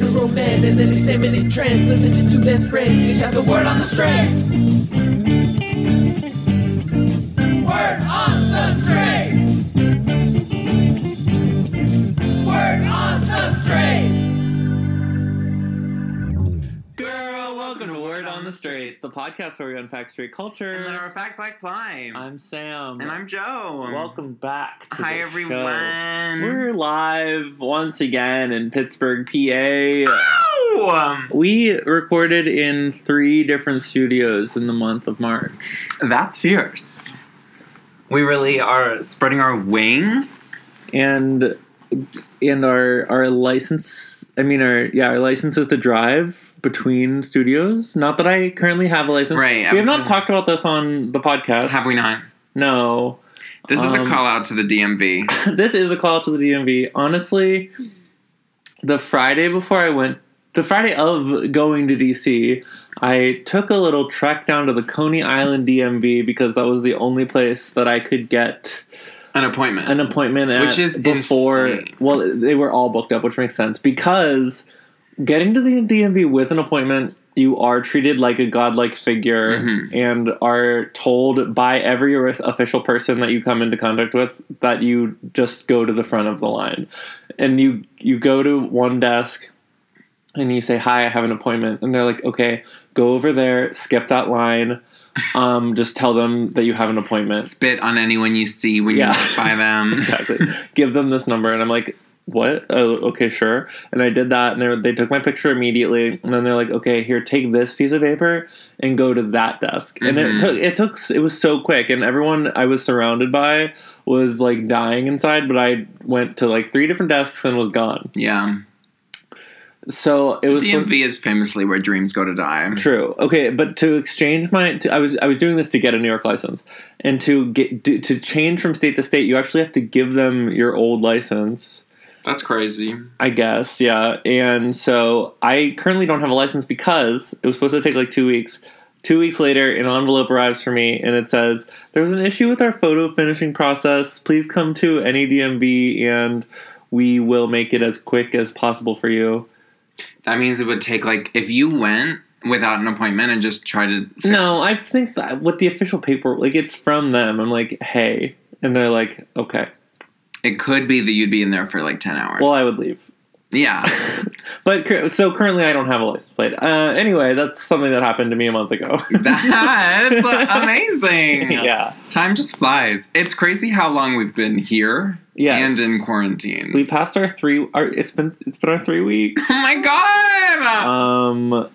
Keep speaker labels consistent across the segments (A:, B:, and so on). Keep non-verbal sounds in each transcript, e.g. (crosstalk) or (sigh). A: trend and then examine it trends. Listen to two best friends, each have the word on the strands. Word on the strands. Word on the strands.
B: Girl, welcome to Word on the Straits, the podcast where we unpack street
C: And let
B: culture.
C: our fact fact fly.
B: I'm Sam.
C: and I'm Joe.
B: Welcome back. To
C: Hi
B: the
C: everyone.
B: show. We're live once again in Pittsburgh, PA.
C: Ow!
B: We recorded in three different studios in the month of March.
C: That's fierce. We really are spreading our wings.
B: And and our our license I mean our yeah, our license is to drive between studios. Not that I currently have a license.
C: Right, I
B: We have
C: was
B: not
C: gonna-
B: talked about this on the podcast.
C: Have we not?
B: No.
C: This is a
B: Um,
C: call out to the DMV.
B: (laughs) this is a call out to the DMV. Honestly, the Friday before I went, the Friday of going to DC, I took a little trek down to the Coney Island DMV because that was the only place that I could get
C: An appointment.
B: an appointment at
C: Which is
B: before.
C: insane.
B: Well, they were all booked up, which makes sense because getting to the DMV with an appointment. You are treated like a godlike figure
C: Mhm.
B: and are told by every or- official person that you come into contact with that you just go to the front of the line. And you you go to one desk and you say, Hi, I have an appointment. And they're like, Okay, go over there, skip that line, um, just tell them that you have an appointment
C: Spit on anyone you see when you
B: Yeah.
C: walk by (laughs) them.
B: exactly. Give them this number, and I'm like, what? Oh, okay, sure. And I did that, and they were- they took my picture immediately, and then they're like, okay, here, take this piece of paper and go to that desk. And it
C: Mhm.
B: took it took it was so quick, and everyone I was surrounded by was like dying inside, but I went to like three different desks and was gone.
C: Yeah.
B: So it was. supposed-
C: DMV is famously where dreams go to die.
B: True. Okay, but to exchange my, to, I was I was doing this to get a New York license, and to get to, to change from state to state, you actually have to give them your old license.
C: That's crazy.
B: I guess, yeah. And so I currently don't have a license because it was supposed to take like two weeks. Two weeks later, an envelope arrives for me and it says, There's an issue with our photo finishing process. Please come to any DMV and we will make it as quick as possible for you.
C: That means it would take like if you went without an appointment and just tried to
B: No, I think that with the official paper, like it's from them. I'm like, Hey. And they're like, Okay.
C: it could be that you'd be in there for like ten hours.
B: Well, I would leave. (laughs)
C: yeah. (laughs)
B: But cur- so currently, I don't have a license plate. Uh, anyway, that's something that happened to me a month ago. (laughs)
C: That's (laughs) amazing.
B: yeah.
C: Time just flies. It's crazy how long we've been here
B: Yes.
C: and in quarantine.
B: We passed our three. Our, it's been it's been our three weeks.
C: (laughs) oh my god!
B: Um,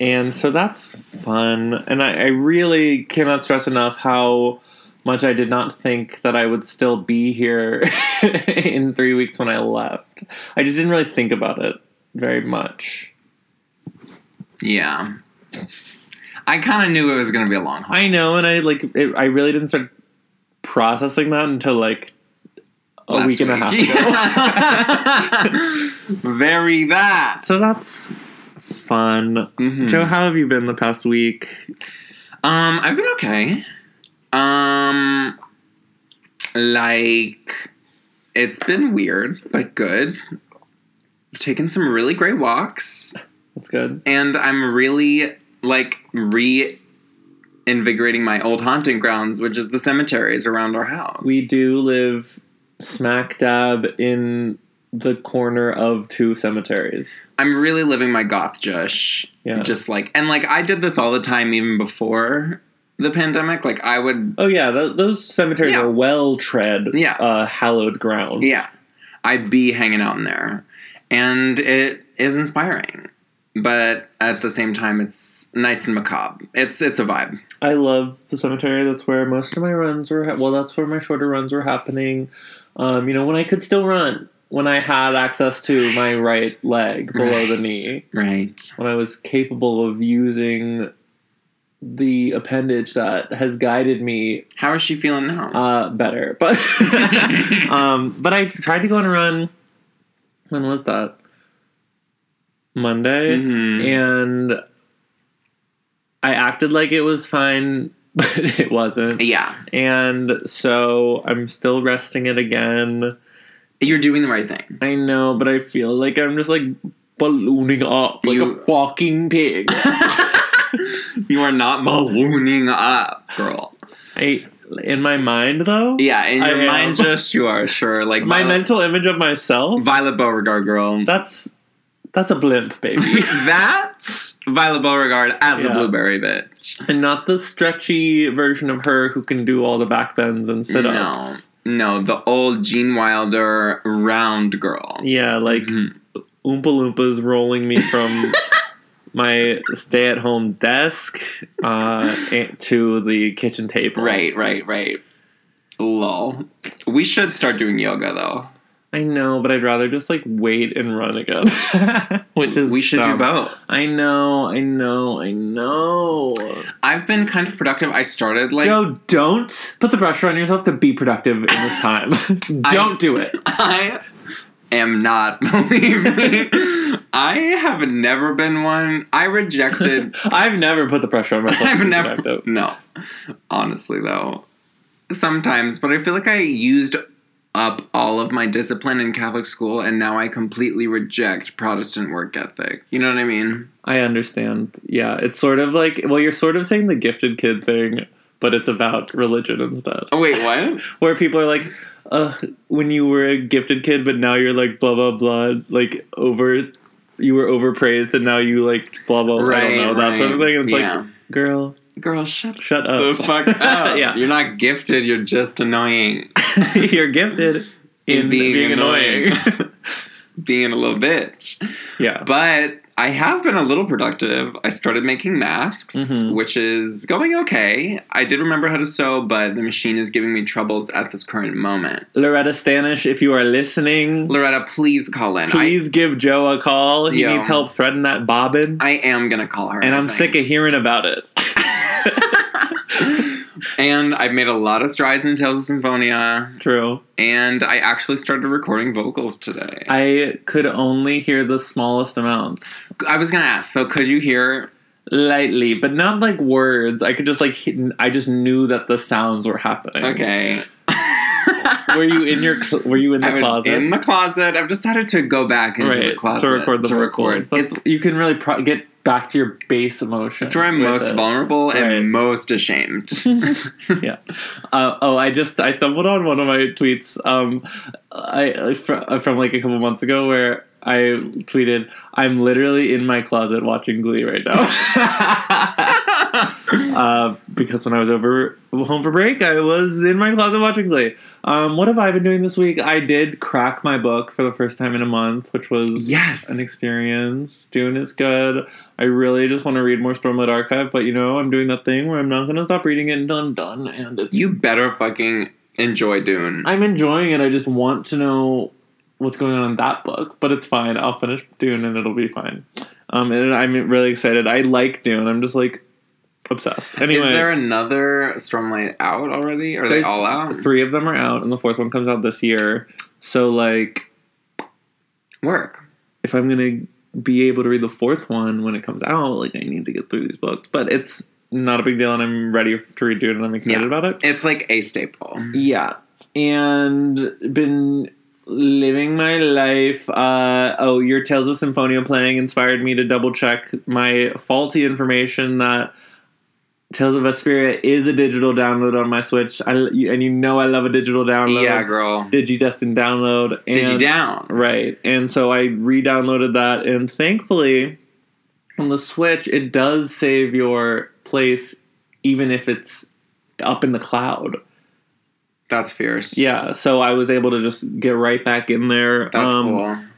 B: and so that's fun. And I, I really cannot stress enough how much I did not think that I would still be here (laughs) in three weeks when I left. I just didn't really think about it very much.
C: yeah. I kind of knew it was going to be a long haul.
B: I know, and I like it, I really didn't start processing that until like a
C: last
B: week and
C: (laughs)
B: a half ago.
C: Very that.
B: so that's fun.
C: Mhm.
B: Joe, how have you been the past week?
C: Um, I've been okay. Um, like it's been weird but good. I've taken some really great walks,
B: That's good.
C: and I'm really like reinvigorating my old haunting grounds, which is the cemeteries around our house.
B: We do live smack dab in the corner of two cemeteries.
C: I'm really living my goth jush.
B: Yeah.
C: Just like and like I did this all the time even before the pandemic. Like I would
B: Oh yeah, th- those cemeteries
C: Yeah.
B: are well tread,
C: Yeah.
B: uh, hallowed ground.
C: Yeah. I'd be hanging out in there. And it is inspiring. But at the same time it's nice and macabre. It's it's a vibe.
B: I love the cemetery. That's where most of my runs were. Ha- well, that's where my shorter runs were happening. Um, you know, when I could still run, when I had access to my right leg below the
C: Right.
B: knee,
C: Right.
B: when I was capable of using the appendage that has guided me
C: How is she feeling now?
B: uh, better. (laughs) But um, but I tried to go on a run. When was that? Monday,
C: Mhm.
B: and I acted like it was fine, (laughs) but it wasn't.
C: yeah.
B: And so I'm still resting it again.
C: You're doing the right thing.
B: I know, but I feel like I'm just like ballooning up like
C: You-
B: a fucking pig.
C: (laughs) You are not ballooning up, girl.
B: I, in my mind, though,
C: Yeah, in
B: I
C: your
B: am.
C: mind, just you are sure. Like
B: my
C: Violet,
B: mental image of myself,
C: Violet Beauregard, girl.
B: that's that's a blimp, baby.
C: (laughs)
B: (laughs)
C: That's Violet Beauregard as a
B: Yeah.
C: blueberry bitch.
B: and not the stretchy version of her who can do all the back bends and sit
C: No,
B: ups.
C: no, the old Gene Wilder round girl.
B: Yeah, like
C: Mhm.
B: Oompa Loompas rolling me
C: (laughs)
B: from my stay at home desk uh, and- to the kitchen table.
C: Right, right, right. Lol. We should start doing yoga though.
B: I know, but I'd rather just like wait and run again. (laughs) Which is
C: we should
B: dumb.
C: do both.
B: I know, I know, I know.
C: I've been kind of productive. I started like
B: Joe, don't put the pressure on yourself to be productive in this time. (laughs) don't do it.
C: I am not, (laughs) believe me. I have never been one. I (laughs) rejected.
B: (laughs) I've never put the pressure on myself. to
C: I've
B: be
C: never.
B: productive.
C: No. Honestly, though. Sometimes, but I feel like I used up all of my discipline in Catholic school and now I completely reject Protestant work ethic. You know what I mean?
B: I understand. Yeah, it's sort of like well, you're sort of saying the gifted kid thing, but it's about religion instead.
C: Oh, wait, what?
B: Where people are like, uh, when you were a gifted kid, but now you're like blah blah blah, like over, you were overpraised, and now you like blah blah. I don't
C: Right,
B: know that sort of
C: right.
B: thing. And it's
C: Yeah.
B: like, girl,
C: Girl, shut
B: shut
C: the (laughs)
B: up. (laughs)
C: fuck up.
B: Yeah.
C: You're not gifted, you're just annoying.
B: you're gifted in, being, annoying.
C: Being a little bitch.
B: (laughs) yeah.
C: But I have been a little productive. I started making masks,
B: Mhm.
C: which is going okay. I did remember how to sew, but the machine is giving me troubles at this current moment.
B: Loretta Stanish, if you are listening,
C: Loretta, please call in.
B: please give Joe a call. He
C: Yo.
B: needs help threading that bobbin,
C: I, I am going to call her.
B: and
C: I
B: I'm
C: think.
B: sick of (laughs) hearing about it.
C: (laughs) And I've made a lot of strides in Tales of Symphonia,
B: True.
C: and I actually started recording vocals today. I,
B: I could only hear the smallest amounts,
C: was going to ask, so could you hear?
B: lightly, but not like words. I could just like hit- I just knew that the sounds were happening.
C: Okay. (laughs)
B: Were you in your cl- Were you in the
C: I was
B: closet?
C: in the closet. I've decided to go back into the closet
B: to record the
C: to record.
B: vocals. That's-
C: It's
B: you can really pro- get back to your base emotion.
C: That's where I'm
B: with
C: most
B: it.
C: vulnerable
B: Right.
C: and most
B: (laughs)
C: ashamed.
B: yeah. Uh, oh, I just I stumbled on one of my tweets. Um, I I- fr- uh, from like a couple months ago where I tweeted, "I'm literally in my closet watching Glee right now," (laughs) uh, because when I was over home for break, I was in my closet watching Glee. Um, what have I been doing this week? I did crack my book for the first time in a month, which was
C: yes.
B: an experience. Dune is good. I really just want to read more Stormlight Archive, but you know, I'm doing that thing where I'm not going to stop reading it until I'm done. And it's,
C: you better fucking enjoy Dune.
B: I'm enjoying it. I just want to know what's going on in that book, but it's fine. I'll finish Dune and it'll be fine. Um, and I'm really excited. I like Dune. I'm just like obsessed. Anyway,
C: Is there another Stormlight out already? Are they
B: there's-
C: all out?
B: Three of them are out, and the fourth one comes out this year. So like,
C: Work.
B: if I'm gonna be able to read the fourth one when it comes out, like I need to get through these books. But it's not a big deal, and I'm ready to redo it, and I'm excited
C: Yeah.
B: about it.
C: It's like a staple.
B: Yeah, and been living my life. Uh, oh, your Tales of Symphonia playing inspired me to double check my faulty information that. Tales of Vesperia is a digital download on my Switch, I, and you know I love a digital download.
C: Yeah, girl.
B: Digidestin download. And
C: Did you down?
B: Right. And so I re downloaded that, and thankfully, on the Switch, it does save your place even if it's up in the cloud.
C: That's fierce.
B: Yeah. So I was able to just get right back in there. Um,
C: That's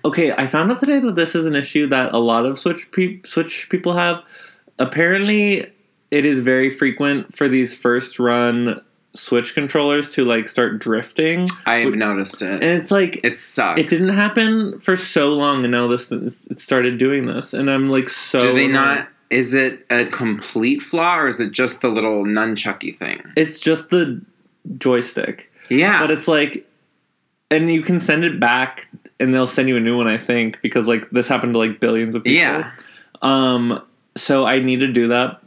C: cool.
B: Okay. I found out today that this is an issue that a lot of Switch, peop Switch people have. Apparently, it is very frequent for these first run Switch controllers to like start drifting.
C: I've noticed it.
B: And it's like,
C: it sucks.
B: it didn't happen for so long, and now this thing- it started doing this, and I'm like, so
C: Do they
B: annoyed.
C: not? Is it a complete flaw or is it just the little nunchucky thing?
B: It's just the joystick,
C: Yeah.
B: but it's like, and you can send it back, and they'll send you a new one, I think, because like this happened to like billions of people.
C: yeah.
B: Um. So I need to do that,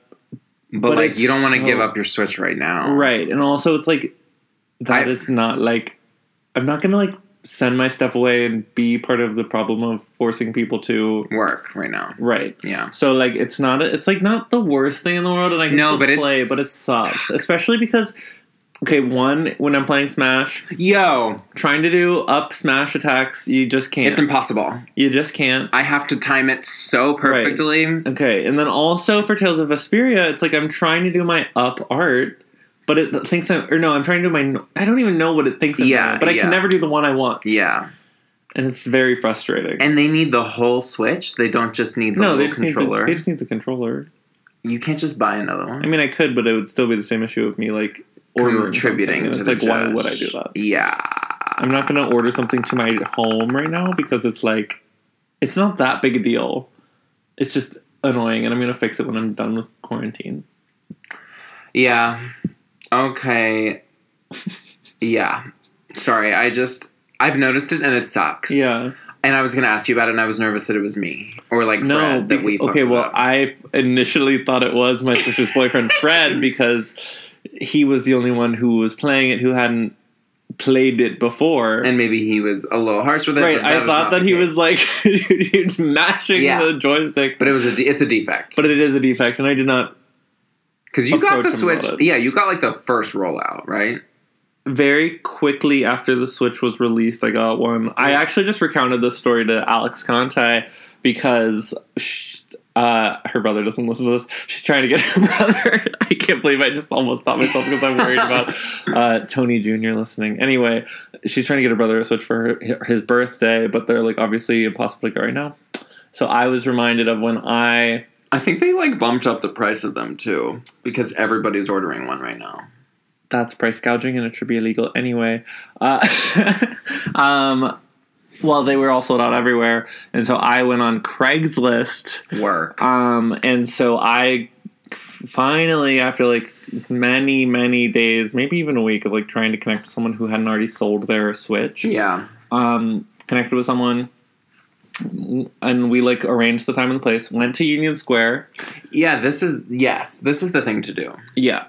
C: But,
B: but
C: like,
B: it's
C: you don't want to
B: so-
C: give up your Switch right now.
B: right? And also, it's like that
C: I-
B: is not like I'm not gonna like send my stuff away and be part of the problem of forcing people to
C: work right now.
B: right.
C: Yeah.
B: So like it's not a, it's like not the worst thing in the world, and I can
C: No,
B: still
C: but it
B: play, but it sucks,
C: sucks.
B: especially because okay, one when I'm playing Smash,
C: Yo,
B: trying to do up Smash attacks, you just can't.
C: it's impossible.
B: you just can't.
C: I have to time it so perfectly.
B: Okay, and then also for Tales of Vesperia, it's like I'm trying to do my up art, but it thinks I'm or no, I'm trying to do my I don't even know what it thinks I'm
C: Yeah,
B: doing, but I
C: yeah.
B: can never do the one I want.
C: Yeah.
B: and it's very frustrating.
C: And they need the whole Switch. They don't just need the
B: no,
C: little
B: they just,
C: controller.
B: Need the, they just need the controller.
C: you can't just buy another one.
B: I mean, I could, but it would still be the same issue of me like ordering
C: Contributing
B: something.
C: to
B: It's
C: the
B: like, why would I do
C: judge.
B: that?
C: Yeah.
B: I'm not gonna order something to my home right now because it's like it's not that big a deal. It's just annoying, and I'm gonna fix it when I'm done with quarantine.
C: Yeah.
B: (laughs)
C: Okay. yeah. Sorry, I just I've noticed it and it sucks.
B: Yeah.
C: And I was gonna ask you about it and I was nervous that it was me. Or like
B: No,
C: Fred that
B: bec-
C: we fucked
B: okay.
C: it
B: Well,
C: up.
B: I initially thought it was my sister's
C: (laughs)
B: boyfriend Fred because he was the only one who was playing it who hadn't played it before.
C: and maybe he was a little harsh with it.
B: right,
C: but that
B: I
C: is
B: thought
C: not
B: that
C: the
B: he
C: case.
B: was like (laughs) mashing
C: Yeah.
B: the joysticks,
C: But it was a de- it's a defect.
B: but it is a defect, and I did not
C: Because you got
B: approach
C: the
B: him
C: Switch.
B: about it.
C: Yeah, you got like the first rollout, right?
B: very quickly after the Switch was released, I got one. I actually just recounted this story to Alex Conte because sh uh, her brother doesn't listen to this. She's trying to get (laughs) her brother. I can't believe I just almost stopped myself because I'm worried about uh, Tony Jr. listening. Anyway, she's trying to get her brother a Switch for her, his birthday, but they're like obviously impossible to get right now. So I was reminded of when I.
C: I think they like bumped up the price of them too because everybody's ordering one right now.
B: that's price gouging and it should be illegal anyway. Uh, (laughs) um, well, they were all sold out everywhere, and so I went on Craigslist, (laughs)
C: Work.
B: um, and so I finally, after like many, many days, maybe even a week of like trying to connect with someone who hadn't already sold their Switch,
C: yeah.
B: um, connected with someone, and we like arranged the time and place. Went to Union Square.
C: Yeah, this is yes, this is the thing to do.
B: Yeah.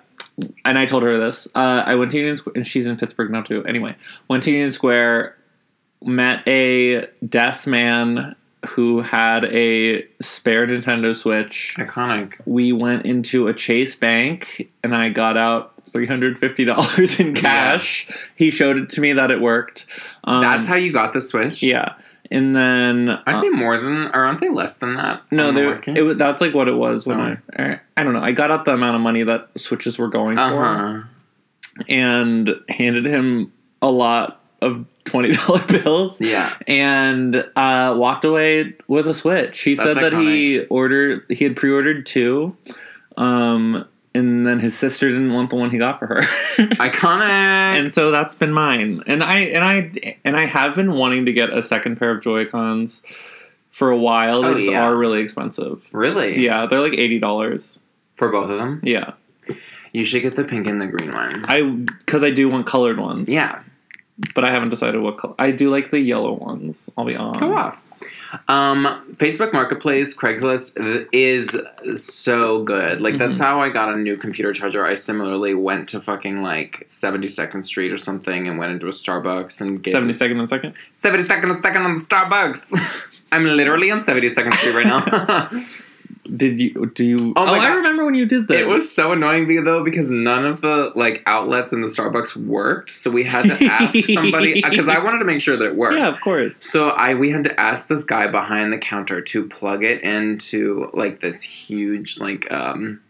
B: And I told her this. Uh, I went to Union Square, and she's in Pittsburgh now too. Anyway, went to Union Square, met a deaf man who had a spare Nintendo Switch.
C: Iconic.
B: We went into a Chase Bank, and I got out three hundred fifty dollars in cash. He showed it to me that it worked. Um,
C: That's how you got the Switch.
B: Yeah, and then
C: Aren't
B: uh,
C: they more than, or aren't they less than that?
B: no,
C: on the
B: there.
C: market?
B: It, wa- that's like what it was when
C: Oh.
B: I, I. I don't know. I got out the amount of money that switches were going for.
C: Uh-huh.
B: and handed him a lot of twenty dollar (laughs) bills.
C: Yeah.
B: And uh, walked away with a switch. He
C: That's
B: said that he ordered he had pre ordered two. Um and then his sister didn't want the one he got for her. (laughs)
C: Iconic.
B: and so that's been mine. And I and I and I have been wanting to get a second pair of Joy-Cons for a while. They
C: Oh,
B: just
C: yeah.
B: are really expensive.
C: really?
B: Yeah, they're like eighty dollars.
C: For both of them?
B: Yeah.
C: You should get the pink and the green one.
B: I because I do want colored ones.
C: yeah.
B: but I haven't decided what color. I do like the yellow ones. I'll be honest.
C: Go off. Um, Facebook Marketplace, Craigslist th- is so good. Like that's how I got a new computer charger. I similarly went to fucking like Seventy Second Street or something and went into a Starbucks and gave
B: Seventy second and second.
C: Seventy Second and Second on the Starbucks. (laughs) I'm literally on Seventy Second Street right now. (laughs)
B: Did you? Do you?
C: Oh
B: Oh,
C: my
B: I
C: God.
B: remember when you did this.
C: it was so annoying be- though because none of the like outlets in the Starbucks worked, so we had to ask somebody because I wanted to make sure that it worked.
B: (laughs) Yeah, of course.
C: So I we had to ask this guy behind the counter to plug it into like this huge like um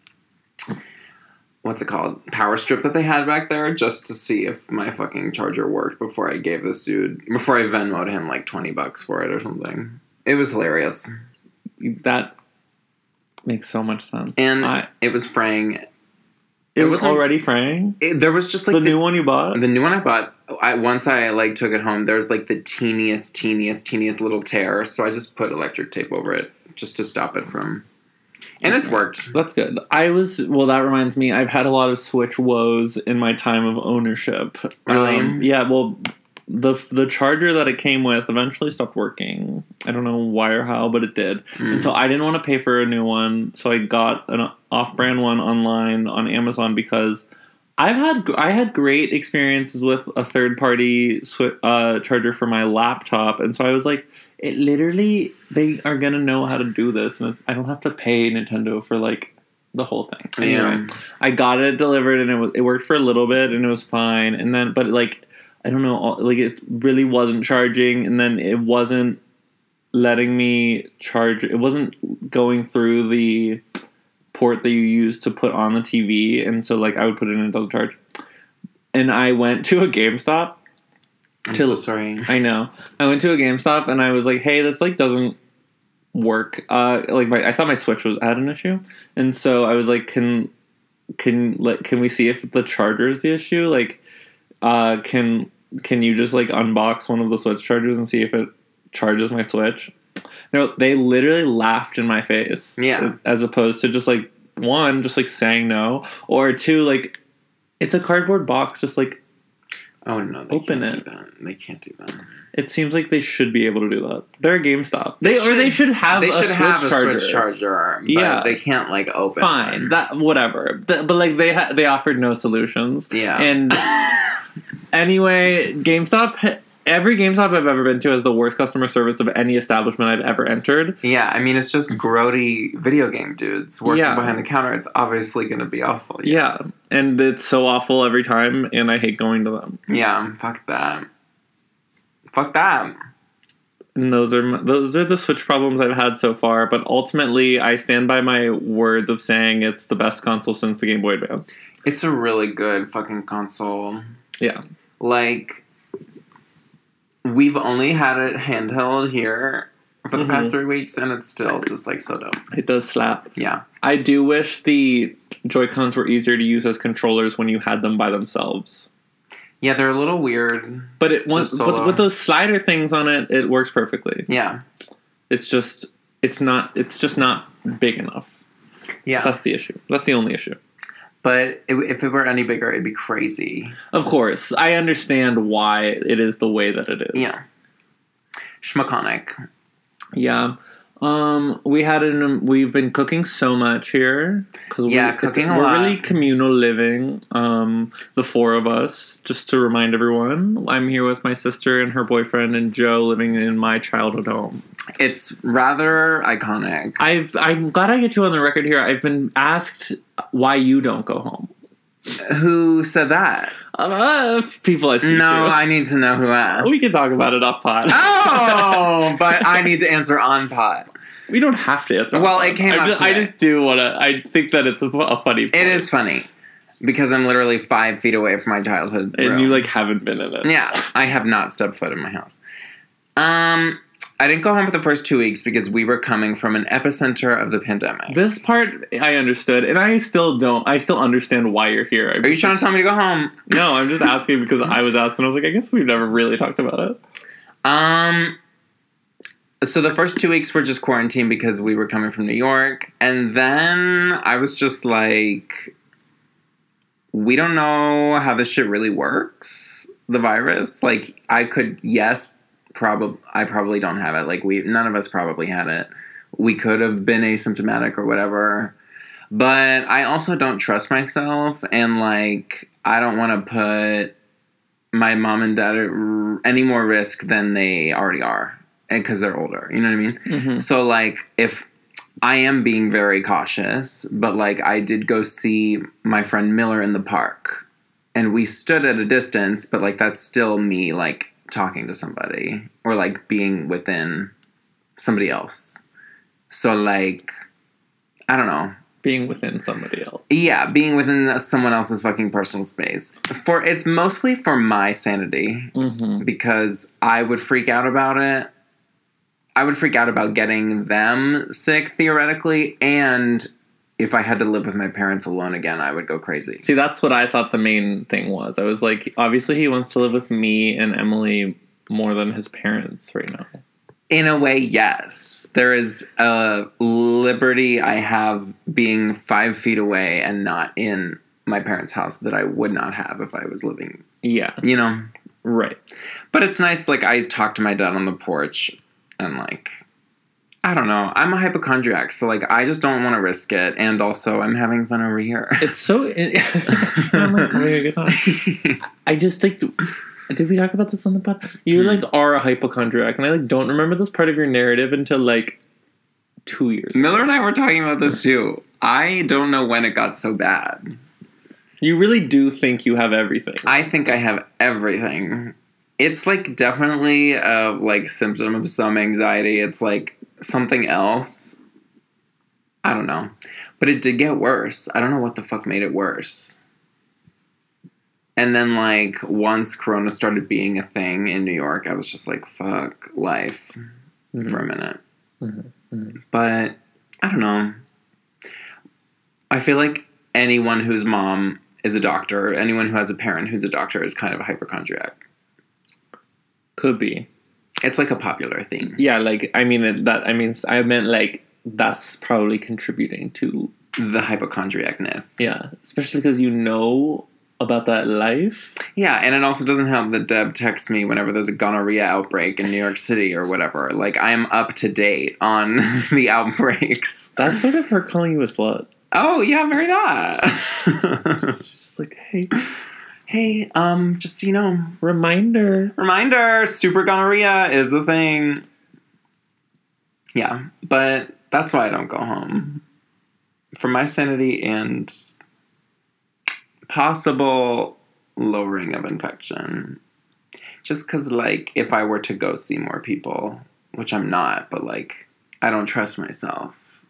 C: what's it called power strip that they had back there just to see if my fucking charger worked before I gave this dude before I Venmoed him like 20 bucks for it or something. It was hilarious.
B: That makes so much sense.
C: And
B: I,
C: it was fraying.
B: it,
C: it
B: was
C: wasn't-
B: already fraying.
C: It, there was just like
B: The new one you bought.
C: The new one I bought, I once I like took it home. There was like the teeniest, teeniest, teeniest little tear, so I just put electric tape over it just to stop it from. And it's worked.
B: That's good. I was well. That reminds me. I've had a lot of Switch woes in my time of ownership.
C: Really?
B: Um, yeah. Well, the the charger that it came with eventually stopped working. I don't know why or how, but it did.
C: Mm.
B: And so I didn't want to pay for a new one, so I got an off-brand one online on Amazon because I've had I had great experiences with a third party swi- uh, charger for my laptop, and so I was like, it literally they are gonna know how to do this, and it's, I don't have to pay Nintendo for like the whole thing. Anyway,
C: Yeah.
B: I got it delivered, and it was, it worked for a little bit, and it was fine, and then but like I don't know, all- like it really wasn't charging, and then it wasn't letting me charge. It wasn't going through the port that you use to put on the TV, and so like I would put it in and it doesn't charge. And I went to a GameStop.
C: I'm
B: Till-
C: so sorry.
B: (laughs) I know I went to a GameStop and I was like, "Hey, this like doesn't work." Uh, like my, I thought my Switch was had an issue, and so I was like, "Can can like can we see if the charger is the issue? Like, uh, can can you just like unbox one of the Switch chargers and see if it charges my Switch?" No, they literally laughed in my face.
C: Yeah.
B: as opposed to just like one, just like saying no, or two, like it's a cardboard box, just like
C: Oh no, they
B: Open
C: can't
B: it.
C: do that. They can't do that.
B: It seems like they should be able to do that. They're a GameStop. They, or
C: should.
B: they should have
C: they
B: a
C: should
B: Switch
C: have a
B: charger.
C: switch charger, but
B: Yeah.
C: they can't like open.
B: Fine,
C: one.
B: that whatever. Th- but like they ha- they offered no solutions.
C: Yeah.
B: (laughs) And anyway, GameStop. Every GameStop I've ever been to has the worst customer service of any establishment I've ever entered.
C: yeah, I mean it's just grody video game dudes working
B: Yeah.
C: behind the counter. It's obviously going to be awful.
B: Yeah, and it's so awful every time, and I hate going to them.
C: Yeah, fuck that. Fuck that.
B: And those are my- those are the Switch problems I've had so far. But ultimately, I stand by my words of saying it's the best console since the Game Boy Advance.
C: It's a really good fucking console.
B: Yeah.
C: Like, we've only had it handheld here for the past
B: Mhm.
C: three weeks, and it's still just like so dope.
B: It does slap.
C: Yeah.
B: I do wish the Joy Cons were easier to use as controllers when you had them by themselves.
C: Yeah, they're a little weird.
B: But it once
C: solo.
B: with, with those slider things on it, it works perfectly.
C: Yeah.
B: It's just it's not it's just not big enough.
C: Yeah.
B: That's the issue. That's the only issue.
C: but i if it were any bigger, it'd be crazy.
B: Of course, I understand why it is the way that it is.
C: Yeah. Schmaconic.
B: yeah. Um, we had an we've been cooking so much here because
C: Yeah,
B: we,
C: cooking a
B: we're
C: lot.
B: really communal living. Um, the four of us. Just to remind everyone, I'm here with my sister and her boyfriend and Joe living in my childhood home.
C: It's rather iconic.
B: I've I'm glad I get you on the record here. I've been asked why you don't go home.
C: Who said that?
B: Uh, people I speak
C: No,
B: to.
C: I need to know who asked.
B: (laughs) we can talk about it off pod.
C: oh, but I need to answer on pot.
B: (laughs) we don't have to. It's not
C: Well,
B: fun.
C: it came
B: I
C: up
B: just, I
C: today.
B: just do want to. I think that it's a, a funny.
C: It
B: point.
C: is funny because I'm literally five feet away from my childhood.
B: and
C: room.
B: you like haven't been in it.
C: yeah, I have not stepped foot in my house. Um, I didn't go home for the first two weeks because we were coming from an epicenter of the pandemic.
B: This part I understood, and I still don't. I still understand why you're here.
C: Are you trying to tell me to go home?
B: No, I'm just asking because I was asked, and I was like, I guess we've never really talked about it.
C: Um, so the first two weeks were just quarantine because we were coming from New York, and then I was just like, we don't know how this shit really works. The virus, like, I could yes, probably I probably don't have it. Like, we none of us probably had it. We could have been asymptomatic or whatever. But I also don't trust myself, and like, I don't want to put my mom and dad at r- any more risk than they already are and because they're older you know what i mean so like if i am being very cautious but like i did go see my friend miller in the park and we stood at a distance but like that's still me like talking to somebody or like being within somebody else so like i don't know
B: Being within somebody else.
C: yeah, being within someone else's fucking personal space. For it's mostly for my sanity
B: Mm-hmm.
C: because I would freak out about it. I would freak out about getting them sick theoretically and if I had to live with my parents alone again, I would go crazy.
B: See, that's what I thought the main thing was. I was like, obviously, he wants to live with me and Emily more than his parents right now.
C: In a way, yes. There is a liberty I have being five feet away and not in my parents' house that I would not have if I was living,
B: Yeah,
C: you know?
B: right.
C: But it's nice, like I talked to my dad on the porch and like I don't know. I'm a hypochondriac, so like I just don't want to risk it, and also I'm having fun over here.
B: It's so. (laughs)
C: (laughs)
B: I'm like having a good time. I just think. Did we talk about this on the pod? You
C: Hmm.
B: like are a hypochondriac, and I like don't remember this part of your narrative until like two years.
C: (laughs)
B: ago.
C: Miller and I were talking about this too. I don't know when it got so bad.
B: You really do think you have everything.
C: I think I have everything. It's like definitely a like symptom of some anxiety. It's like something else. I don't know. But it did get worse. I don't know what the fuck made it worse. And then like once corona started being a thing in New York, I was just like fuck life
B: Mhm.
C: for a minute.
B: Mhm, mhm.
C: But I don't know. I feel like anyone whose mom is a doctor, anyone who has a parent who's a doctor is kind of a hypochondriac.
B: Could be.
C: It's like a popular thing.
B: Yeah, like I mean it- that. I mean I meant like that's probably contributing to
C: The hypochondriacness.
B: yeah, especially because you know about that life.
C: Yeah, and it also doesn't help that Deb texts me whenever there's a gonorrhea outbreak in New York City or whatever. Like I am up to date on (laughs) the outbreaks.
B: That's sort of her calling you a slut.
C: Oh yeah, very that. (laughs)
B: She's just like, hey,
C: hey, um, just so you know,
B: reminder.
C: Reminder, super gonorrhea is a thing. Yeah, but that's why I don't go home. For my sanity and possible lowering of infection. Just because, like, if I were to go see more people, which I'm not, but like, I don't trust myself.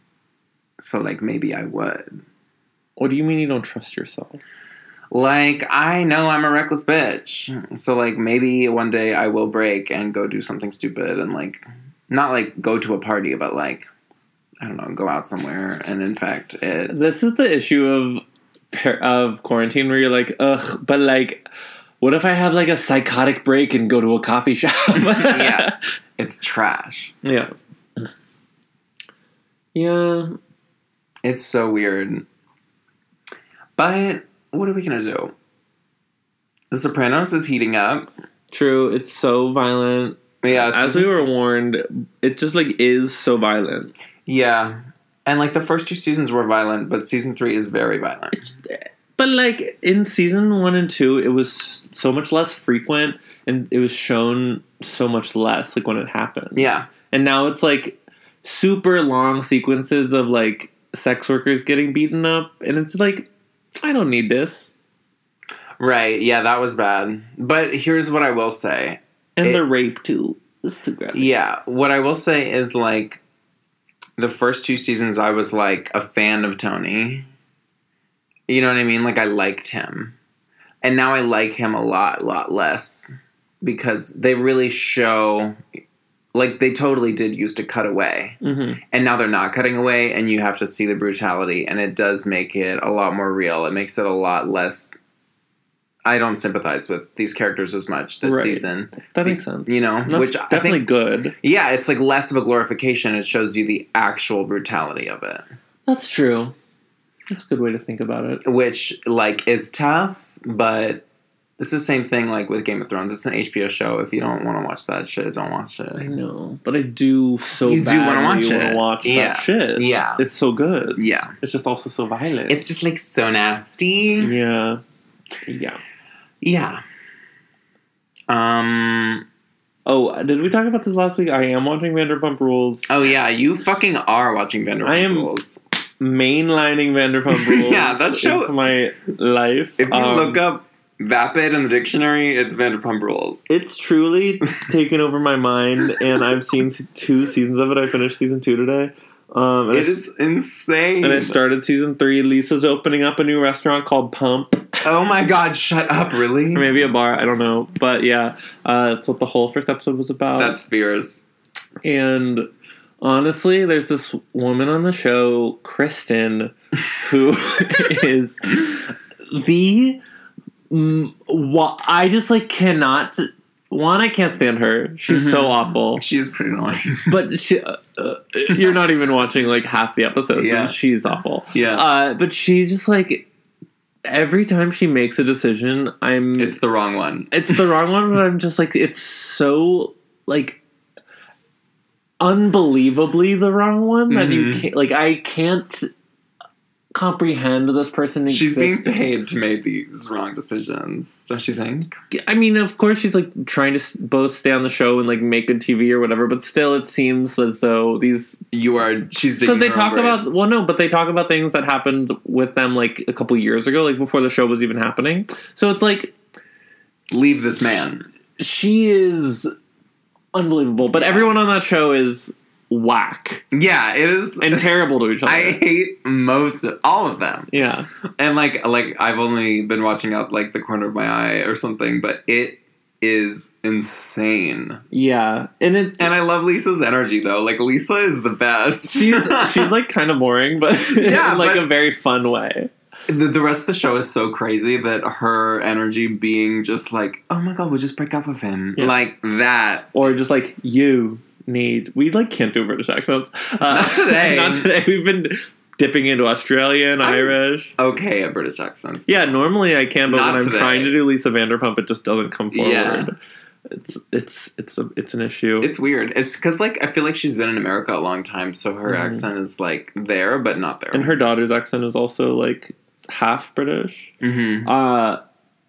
C: So, like, maybe I would.
B: What do you mean you don't trust yourself?
C: Like, I know I'm a reckless
B: Hmm.
C: bitch. So, like, maybe one day I will break and go do something stupid and, like, not like go to a party, but like, I don't know, go out somewhere and infect it.
B: This is the issue of par- of quarantine where you're like, ugh, but like, what if I have like a psychotic break and go to a coffee (laughs) shop?
C: yeah, it's trash.
B: yeah, yeah.
C: It's so weird. But what are we gonna do? The Sopranos is heating up.
B: True. It's so violent.
C: Yeah, it's
B: As
C: just-
B: we were warned, it just like is so violent.
C: yeah. And like the first two seasons were violent, but season three is very violent.
B: But like in season one and two, it was so much less frequent, and it was shown so much less, like when it happened.
C: Yeah,
B: and now it's like super long sequences of like sex workers getting beaten up and it's like i don't need this
C: right. Yeah, that was bad. But here's what I will say
B: and
C: It-
B: the rape too it's too graphic
C: Yeah, what I will say is like the first two seasons I was like a fan of Tony. You know what I mean? Like I liked him. And now I like him a lot, lot less because they really show like they totally did used to cut away.
B: Mhm.
C: And now they're not cutting away and you have to see the brutality and it does make it a lot more real. It makes it a lot less I don't sympathize with these characters as much this
B: Right.
C: season.
B: that makes sense
C: You know,
B: That's
C: which I
B: definitely
C: think-
B: good
C: Yeah, it's like less of a glorification. It shows you the actual brutality of it,
B: that's true that's a good way to think about it
C: which like is tough, but it's the same thing like with Game of Thrones. It's an HBO show. If you don't want to watch that shit, don't watch
B: i
C: it.
B: know but i do so
C: You do wanna
B: badly
C: watch
B: wanna
C: it.
B: watch
C: Yeah.
B: that shit
C: Yeah.
B: it's so good
C: Yeah.
B: it's just also so violent
C: It's just like so nasty.
B: yeah yeah
C: Yeah. Um
B: oh did we talk about this last week i am watching vanderpump rules
C: oh yeah, you fucking are watching Vanderpump
B: I am-
C: Rules.
B: mainlining
C: (laughs)
B: Vanderpump Rules
C: Yeah, that show-
B: into my life.
C: If you
B: Um,
C: look up Vapid in the dictionary, it's Vanderpump Rules.
B: it's truly taken over my mind, and I've seen s- two seasons of it. I finished season two today. Um, and I
C: It
B: s-
C: is insane.
B: and I started season three. Lisa's opening up a new restaurant called Pump,
C: oh my god, shut up, really?
B: or maybe a bar. I don't know, but yeah, uh, that's what the whole first episode was about.
C: That's fierce.
B: And honestly, there's this woman on the show, Kristen,
C: (laughs)
B: who is the. Mm, wa- I just like cannot. One, I can't stand her. She's so
C: Mhm.
B: awful.
C: She's pretty
B: (laughs)
C: annoying.
B: But she, uh, uh, you're not even watching like half the episodes,
C: Yeah.
B: and she's awful.
C: Yeah.
B: Uh, but she's just like every time she makes a decision, I'm
C: it's the wrong one.
B: it's the wrong one, but I'm just like it's so like unbelievably the wrong one that you
C: Mhm.
B: can't, like I can't comprehend this person
C: She's being
B: existing.
C: paid to make these wrong decisions, don't you think?
B: I mean, of course, she's like trying to s- both stay on the show and like make good TV or whatever, but still, it seems as though these
C: You are. She's digging
B: because they
C: her own
B: talk
C: grave.
B: about well, no, but they talk about things that happened with them like a couple years ago, like before the show was even happening. So it's like
C: leave this man.
B: she is unbelievable, but everyone on that show is whack
C: Yeah, it is. (laughs)
B: and terrible to each other.
C: I hate most of all of them.
B: yeah,
C: And like like I've only been watching out like the corner of my eye or something, but it is insane.
B: yeah, and it
C: And I love Lisa's energy though. Like Lisa is the best.
B: she's
C: (laughs)
B: she's like kind of boring, but (laughs)
C: Yeah,
B: in like
C: but-
B: a very fun way.
C: the, the rest of the show is so crazy that her energy being just like, oh my god, we'll just break up with him.
B: Yeah.
C: Like that.
B: or just like you need we like can't do british accents uh,
C: Not today.
B: (laughs) not today we've been dipping into australian
C: I'm-
B: irish
C: Okay at British accents.
B: yeah normally i can but
C: Not
B: when i'm
C: today.
B: trying to do lisa vanderpump it just doesn't come forward
C: Yeah.
B: it's it's it's a, it's an issue
C: It's weird. It's because like I feel like she's been in America a long time, so her
B: Mhm.
C: accent is like there but not there.
B: and her daughter's accent is also like half british
C: Mhm.
B: uh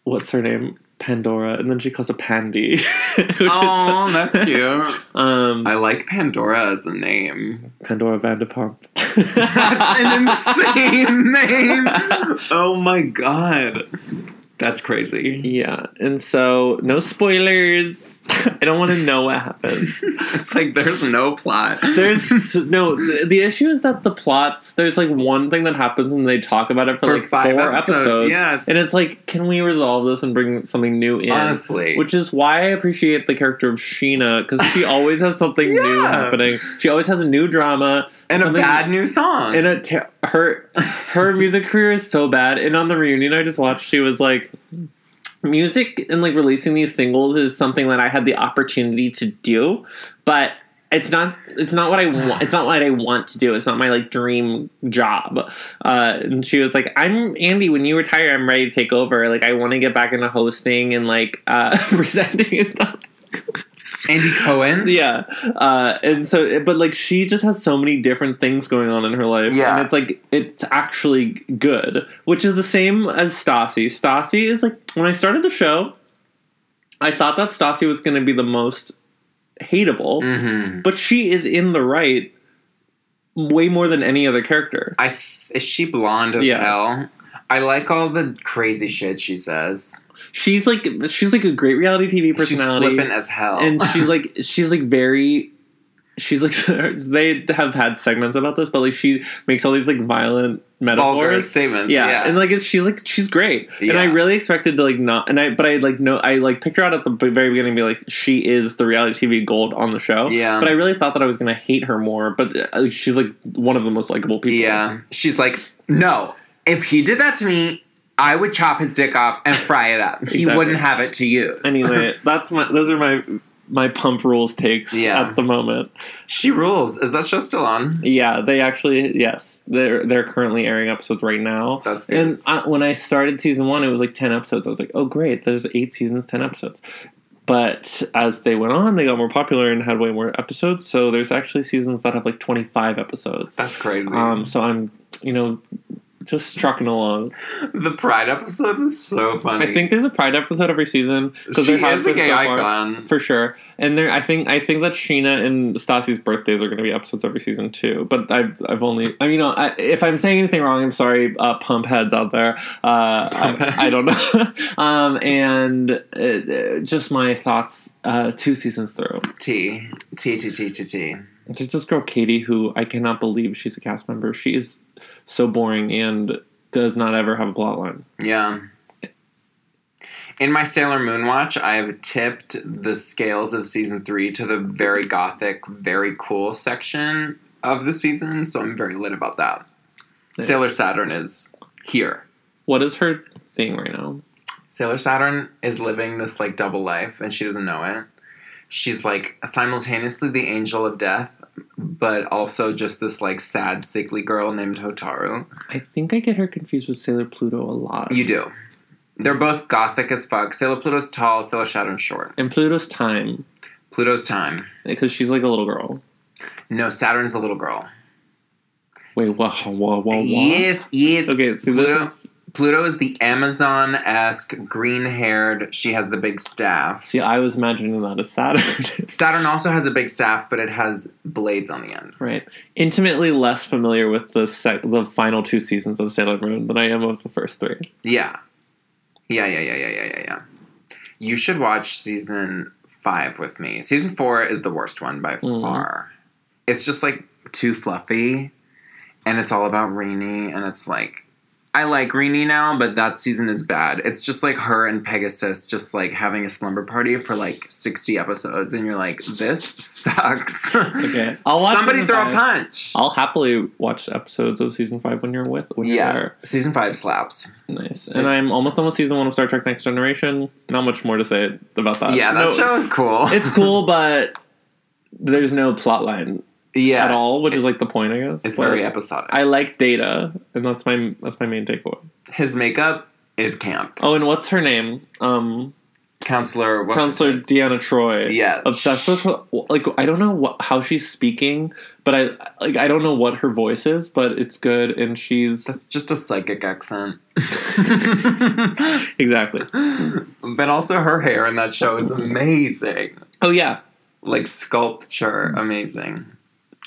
B: what's her name pandora and then she calls her pandy (laughs) (laughs) which is-
C: Oh, that's
B: (laughs)
C: cute.
B: um
C: I like Pandora as a name.
B: pandora vanderpump
C: (laughs) That's an insane name. Oh my god. That's crazy.
B: (laughs) Yeah, and so no spoilers. (laughs) I don't want to know what
C: (laughs)
B: happens.
C: It's like there's no plot.
B: There's no the the issue is that the plots. There's like one thing that happens and they talk about it
C: (laughs)
B: for,
C: For
B: like
C: five
B: four
C: episodes,
B: episodes.
C: yeah, it's-
B: and it's like, can we resolve this and bring something new in?
C: honestly.
B: Which is why I appreciate the character of Sheena because
C: (laughs)
B: she always has something new
C: Yeah.
B: happening. She always has a new drama
C: and a
B: something-
C: bad new song.
B: and a ter- her her music career is so bad. And on the reunion I just watched, she was like, "Music and like releasing these singles is something that I had the opportunity to do, but it's not it's not what I want. It's not what I want to do. It's not my like dream job." Uh, and she was like, "I'm Andy. When you retire, I'm ready to take over. Like I want to get back into hosting and like uh, (laughs) presenting and stuff."
C: Andy Cohen.
B: Yeah. Uh, and so, but like, she just has so many different things going on in her life.
C: Yeah.
B: And it's like, it's actually good, which is the same as Stassi. Stassi is like, when I started the show, I thought that Stassi was going to be the most hateable,
C: hmm
B: but she is in the right way more than any other character.
C: I th- is she blonde as
B: Yeah.
C: hell? I like all the crazy shit she says.
B: She's like, she's like a great reality TV
C: She's
B: personality.
C: flippant as hell.
B: and
C: (laughs)
B: she's like she's like very she's like (laughs) they have had segments about this but like she makes all these like violent
C: vulgar
B: metaphors
C: statements.
B: yeah.
C: Yeah.
B: and like it's, she's like she's great and i
C: Yeah.
B: really expected to like not and i but i like no i like picked her out at the b- very beginning and be like she is the reality tv gold on the show
C: Yeah.
B: but i really thought that i was gonna hate her more but uh, like, she's like one of the most likable people
C: Yeah. She's like, no, if he did that to me, I would chop his dick off and fry it up. He
B: Exactly.
C: wouldn't have it to use.
B: anyway that's my those are my my pump rules takes
C: Yeah.
B: at the moment
C: (laughs) She rules. Is that show still on?
B: Yeah, they actually yes, they're they're currently airing episodes right now.
C: That's
B: and
C: fierce.
B: I, when I started season one, it was like ten episodes. I was like, oh great, there's eight seasons, ten episodes. But as they went on, they got more popular and had way more episodes. So there's actually seasons that have like 25 episodes.
C: That's crazy.
B: Um, so I'm you know just trucking along.
C: the Pride episode was so funny.
B: I think there's a Pride episode every season because
C: she
B: there has
C: is a
B: been
C: gay
B: so far.
C: icon.
B: For sure, and there, I think I think that Sheena and Stassi's birthdays are going to be episodes every season too. But I've I've only I mean, you know, I, if I'm saying anything wrong, I'm sorry, uh, pump heads out there. Uh,
C: Pump
B: I,
C: heads.
B: I don't know. (laughs) um, and uh, uh, just my thoughts uh, two seasons through.
C: T T T T T T.
B: There's this girl Katie who I cannot believe she's a cast member. She is so boring and does not ever have a plot line.
C: Yeah. In my Sailor Moon watch, I've tipped the scales of season three to the very gothic, very cool section of the season, so I'm very lit about that.
B: Nice.
C: Sailor Saturn is here.
B: What is her thing right now?
C: Sailor Saturn is living this like double life and she doesn't know it. She's like simultaneously the angel of death, but also just this like sad, sickly girl named Hotaru.
B: I think I get her confused with Sailor Pluto a lot.
C: You do. They're both gothic as fuck. Sailor Pluto's tall, Sailor Saturn's short.
B: and Pluto's time
C: Pluto's time.
B: because she's like a little girl.
C: No, Saturn's a little girl.
B: Wait, whoa, whoa, whoa, whoa.
C: Yes, yes.
B: Okay, so
C: Pluto,
B: this is.
C: Pluto is the Amazon esque, green haired. She has the big staff.
B: See, I was imagining that as Saturn. (laughs)
C: Saturn also has a big staff, but it has blades on the end.
B: right. Intimately less familiar with the sec- the final two seasons of Sailor Moon than I am of the first three.
C: Yeah. Yeah, yeah, yeah, yeah, yeah, yeah, yeah. You should watch season five with me. Season four is the worst one by
B: Mhm.
C: far. It's just like too fluffy and it's all about Rainy and it's like I like Rainy now, but that season is bad. It's just like her and Pegasus just like having a slumber party for like 60 episodes and you're like, this sucks. (laughs)
B: Okay, I'll watch
C: Somebody
B: season
C: throw
B: five.
C: a punch.
B: I'll happily watch episodes of season five when you're with when
C: yeah.
B: you're there.
C: Season five slaps.
B: Nice. And
C: It's-
B: I'm almost done with season one of Star Trek Next Generation. Not much more to say about that.
C: yeah, that
B: Uh, No,
C: show is cool.
B: It's cool, (laughs) but there's no plot line
C: (laughs) yeah.
B: at all, which is like the point, I guess.
C: It's
B: But
C: very episodic.
B: I like data, and that's my that's my main takeaway.
C: His makeup is camp.
B: Oh, and what's her name? Um,
C: Counselor, what's
B: Counselor
C: her face?
B: Deanna Troy.
C: Yeah,
B: obsessed
C: sh-
B: with her, like I don't know what, how she's speaking, but I like I don't know what her voice is, but it's good, and she's
C: That's just a psychic accent. (laughs)
B: (gasps) exactly.
C: but also her hair in that show is amazing.
B: Oh yeah,
C: Like sculpture, amazing.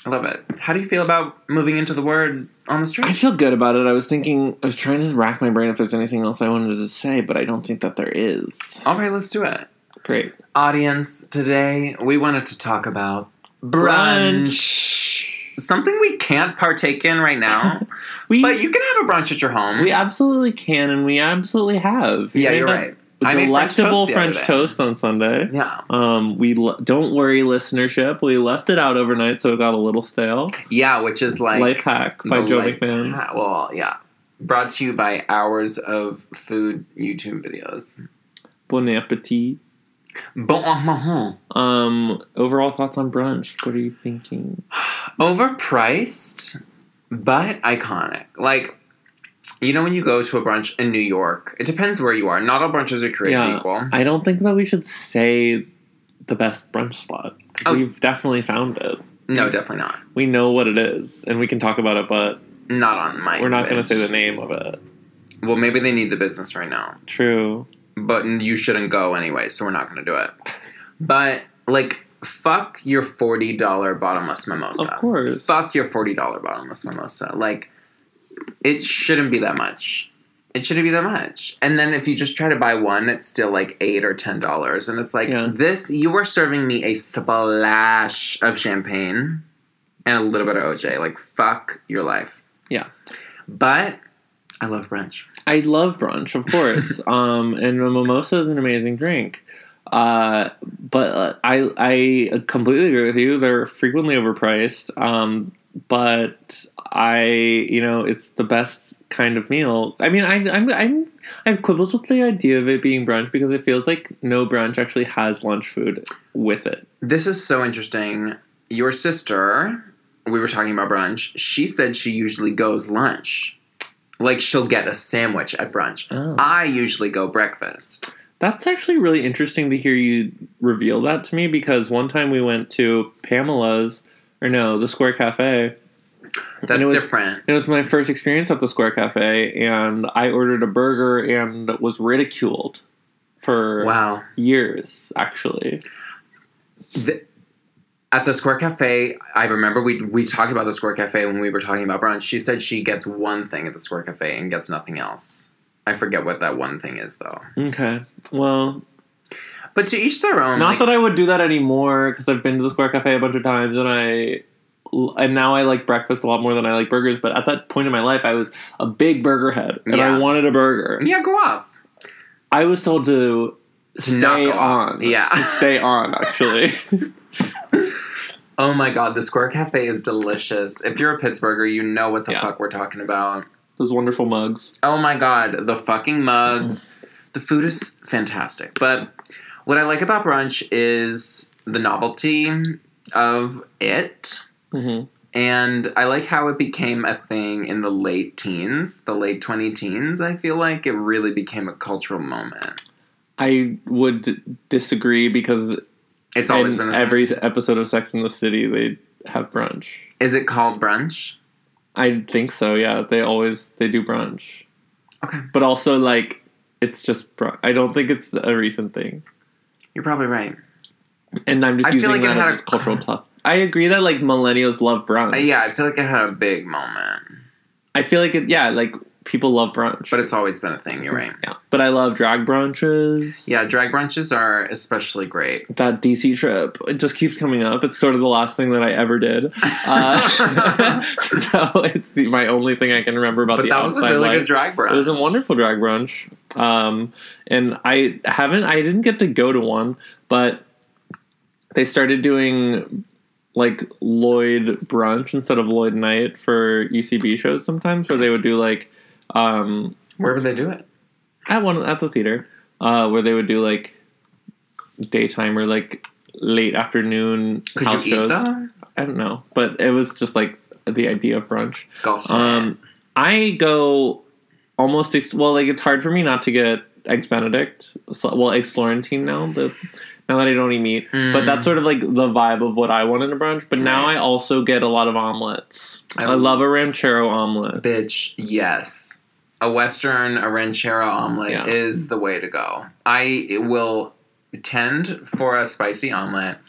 C: I love it. How do you feel about moving into the word on the
B: I
C: street?
B: feel good about it. I was thinking, I was trying to rack my brain if there's anything else I wanted to say, but I don't think that there is.
C: All right, let's do it.
B: Great.
C: Audience, today we wanted to talk about brunch. Something we can't partake in right
B: (laughs)
C: now,
B: We
C: but you can have a brunch at your home.
B: we absolutely can, and we absolutely have. You
C: yeah,
B: made
C: you're
B: that
C: right. I made French toast
B: delectable
C: the other
B: French
C: day.
B: toast on Sunday.
C: Yeah.
B: Um, we le- don't worry, listenership. We left it out overnight, so it got a little stale.
C: Yeah, which is like
B: Life hack by
C: the
B: Joe
C: like-
B: McMahon.
C: ha- Well, yeah. Brought to you by hours of food YouTube videos.
B: Bon appetit.
C: Bon
B: ah,
C: appetit.
B: Um, overall thoughts on brunch? What are you thinking?
C: Overpriced, but iconic. Like, you know, when you go to a brunch in New York, it depends where you are. Not all brunches are created
B: Yeah.
C: equal.
B: I don't think that we should say the best brunch spot. 'cause
C: Oh.
B: We've definitely found it.
C: No, definitely not.
B: We know what it is, and we can talk about it, but
C: Not on my.
B: we're not going to
C: bitch.
B: say the name of it.
C: Well, maybe they need the business right now.
B: True.
C: but you shouldn't go anyway, so we're not going to do it. But like, fuck your forty dollar bottomless mimosa.
B: Of course.
C: fuck your forty dollar bottomless mimosa. Like, it shouldn't be that much. It shouldn't be that much. And then if you just try to buy one, it's still like eight or ten dollars, and it's like
B: Yeah.
C: this. You are serving me a splash of champagne and a little bit of OJ. Like, fuck your life.
B: Yeah.
C: But I love brunch.
B: I love brunch, of course. um, and a mimosa is an amazing drink. Uh, but uh, I I completely agree with you. They're frequently overpriced. Um, but I you know it's the best kind of meal. I mean I I'm, I'm I have quibbles with the idea of it being brunch because it feels like no brunch actually has lunch food with it.
C: This is so interesting. Your sister, we were talking about brunch, she said she usually goes lunch. Like she'll get a sandwich at brunch.
B: Oh.
C: I usually go breakfast.
B: That's actually really interesting to hear you reveal that to me because one time we went to Pamela's or no the Square Cafe.
C: That's
B: it was-
C: different.
B: It was my first experience at the Square Cafe, and I ordered a burger and was ridiculed for
C: Wow.
B: years, actually.
C: The- at the Square Cafe, I remember we we talked about the Square Cafe when we were talking about brunch. She said she gets one thing at the Square Cafe and gets nothing else. I forget what that one thing is though.
B: Okay. Well,
C: But to each their own.
B: not
C: like-
B: that I would do that anymore because I've been to the Square Cafe a bunch of times and I. And now I like breakfast a lot more than I like burgers, but at that point in my life, I was a big burger head and
C: Yeah.
B: I wanted a burger.
C: yeah, go off.
B: I was told to,
C: To
B: stay
C: knock off.
B: on.
C: Yeah.
B: To stay
C: (laughs)
B: on, actually.
C: Oh my god, the Square Cafe is delicious. If you're a Pittsburgher, you know what the
B: Yeah.
C: fuck we're talking about.
B: Those wonderful mugs.
C: Oh my god, the fucking mugs. The food is fantastic. But what I like about brunch is the novelty of it. Mm-hmm.
B: hmm
C: And I like how it became a thing in the late teens, the late 20 teens. I feel like it really became a cultural moment.
B: I would disagree because
C: It's always
B: in
C: been a thing.
B: every episode of Sex in the City, they have brunch.
C: Is it called brunch?
B: I think so. Yeah, they always they do brunch,
C: Okay,
B: but also like it's just brunch. I don't think it's a recent thing,
C: you're probably right.
B: and I'm just
C: I feel
B: using
C: like it
B: that
C: had
B: as a
C: a- (laughs)
B: cultural top. I agree that like millennials love brunch.
C: Uh, yeah, I feel like it had a big moment,
B: I feel like it. Yeah, like people love brunch,
C: but it's always been a thing. You're right.
B: yeah. But I love drag brunches.
C: Yeah, drag brunches are especially great.
B: that DC trip it just keeps coming up. It's sort of the last thing that I
C: (laughs)
B: ever did, uh, (laughs) so it's the, my only thing I can remember about
C: But
B: the
C: that was a
B: outside
C: really
B: life.
C: good drag brunch.
B: It was a wonderful drag brunch, um, and I haven't. I didn't get to go to one, but they started doing like Lloyd brunch instead of Lloyd night for UCB shows sometimes, where they would do like um,
C: Where would they do it?
B: at one at the theater uh, where they would do like daytime or like late afternoon
C: Could
B: house
C: you eat
B: shows.
C: them?
B: I don't know, but it was just like the idea of brunch.
C: Gossip.
B: Um, I go almost ex- well. Like it's hard for me not to get eggs Benedict. So, well, eggs Florentine now. The now that I don't eat meat, but
C: Mm.
B: that's sort of like the vibe of what I want in a brunch. But now
C: Right.
B: I also get a lot of omelets.
C: I-
B: I love a ranchero omelet.
C: Bitch, yes. A Western, a ranchera omelet
B: Yeah.
C: is the way to go. I will tend for a spicy omelet,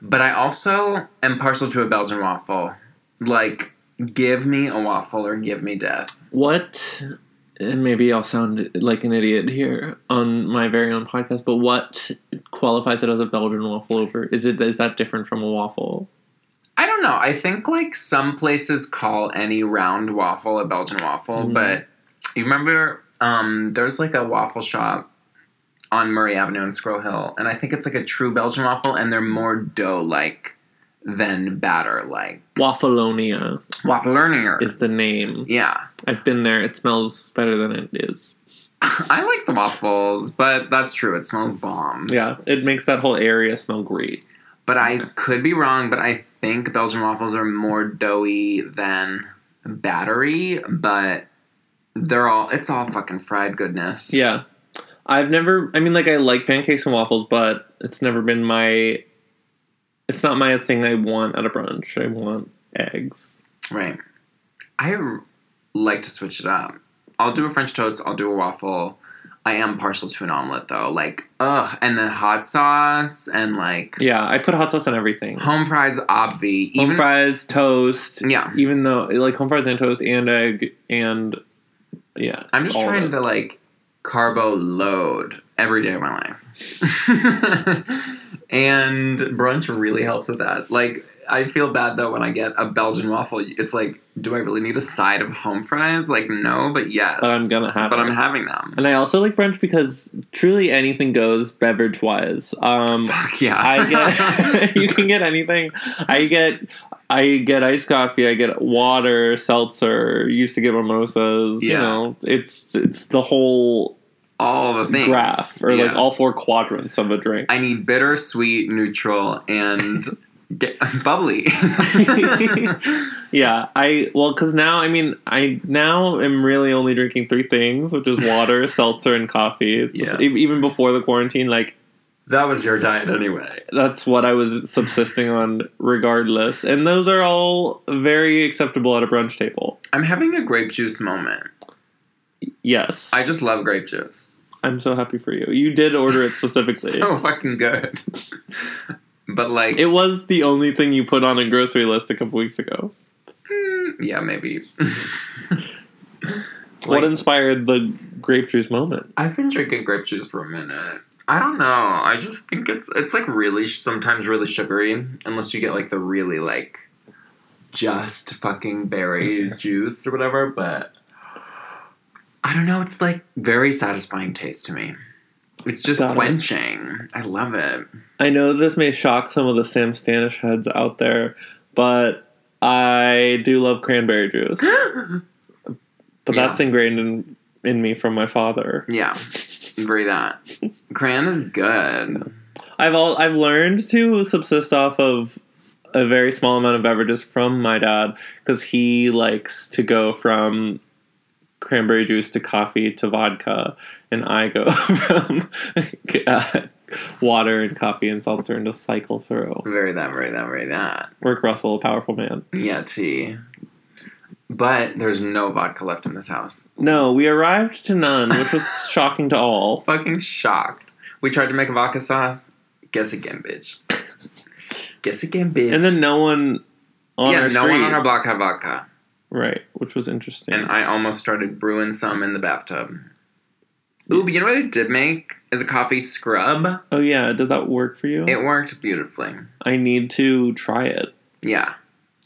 C: but I also am partial to a Belgian waffle. Like, give me a waffle or give me death.
B: What, and maybe I'll sound like an idiot here on my very own podcast, but what qualifies it as a Belgian waffle over? Is it is that different from a waffle?
C: I don't know. I think, like, some places call any round waffle a Belgian waffle,
B: Mhm.
C: but you remember um, there's like a waffle shop on Murray Avenue in Squirrel Hill, and I think it's like a true Belgian waffle, and they're more dough like than batter like.
B: Waffleonia
C: Waffle learner.
B: is the name.
C: Yeah. (laughs)
B: I've been there. It smells better than it is.
C: I like the waffles, but that's true. It smells bomb.
B: Yeah, it makes that whole area smell great.
C: But I could be wrong, but I think Belgian waffles are more doughy than battery, but they're all, it's all fucking fried goodness.
B: Yeah. I've never I mean like I like pancakes and waffles, but it's never been my it's not my thing I want at a brunch. I want eggs.
C: Right. I r- like to switch it up. I'll do a French toast. I'll do a waffle. I am partial to an omelet though. Like, ugh. And then hot sauce and like
B: Yeah, I put hot sauce on everything.
C: home fries, obvi.
B: Home
C: even
B: fries, toast.
C: Yeah.
B: Even though like home fries and toast and egg and yeah.
C: I'm just
B: all of
C: trying
B: it.
C: to like carbo load every day of my life. (laughs) and brunch really helps with that. Like, I feel bad though when I get a Belgian waffle. It's like, do I really need a side of home fries? Like, no, but yes.
B: But I'm gonna have.
C: But
B: it.
C: I'm having them.
B: and I also like brunch because truly anything goes beverage wise. Um,
C: Fuck yeah.
B: I
C: (laughs)
B: get (laughs) you can get anything. I get I get iced coffee. I get water, seltzer. Used to get mimosas. You
C: Yeah.
B: know, it's it's the whole
C: all the things.
B: graph or like
C: Yeah.
B: all four quadrants of
C: (laughs)
B: a drink. (laughs)
C: I need bitter, sweet, neutral, and get, (laughs)
B: (laughs)
C: bubbly.
B: Yeah, I well, because now I mean, I now am really only drinking three things, which is
C: (laughs)
B: water, seltzer, and coffee. It's Just,
C: Yeah.
B: e- even before the quarantine, like
C: that was your diet anyway.
B: that's what I was subsisting on, regardless. And those are all very acceptable at a brunch table.
C: I'm having a grape juice moment.
B: Yes,
C: I just love grape juice.
B: I'm so happy for you. You did
C: (laughs)
B: order it
C: It's
B: specifically.
C: so fucking good. but like,
B: it was the only thing you put on a grocery list a couple weeks ago.
C: mm, yeah,
B: (laughs)
C: maybe.
B: what
C: Like-
B: inspired the grape juice moment?
C: I've been drinking grape juice for a minute. I don't know. I just think it's it's like really sometimes really sugary unless you get like the really like just fucking berry juice or whatever, but I don't know, it's like very satisfying taste to me. It's just
B: Got it.
C: quenching. I love it.
B: (gasps)
C: (laughs)
B: I know this may shock some of the Sam Stanish heads out there, but I do love cranberry juice. But
C: Yeah.
B: that's ingrained in, in me from my father.
C: Yeah. Agree that. Cran is good.
B: I've all I've learned to subsist off of a very small amount of beverages from my dad because he likes to go from cranberry juice to coffee to vodka, and I go (laughs) from uh, water and coffee and seltzer and just cycle through.
C: Very that, very that, very that.
B: Rick Russell, a powerful man.
C: Yeah, tea. But there's no vodka left in this house.
B: No, we arrived to none, which was
C: (laughs)
B: shocking to all.
C: Fucking shocked. We tried to make a vodka sauce. Guess again, bitch. Guess again, bitch.
B: And then no one on
C: yeah,
B: our
C: no
B: street.
C: one on our block had vodka.
B: right, which was interesting.
C: and I almost started brewing some in the bathtub. Ooh, but you know what I did make is a coffee scrub.
B: oh yeah, did that work for you?
C: It worked beautifully.
B: I need to try it.
C: Yeah,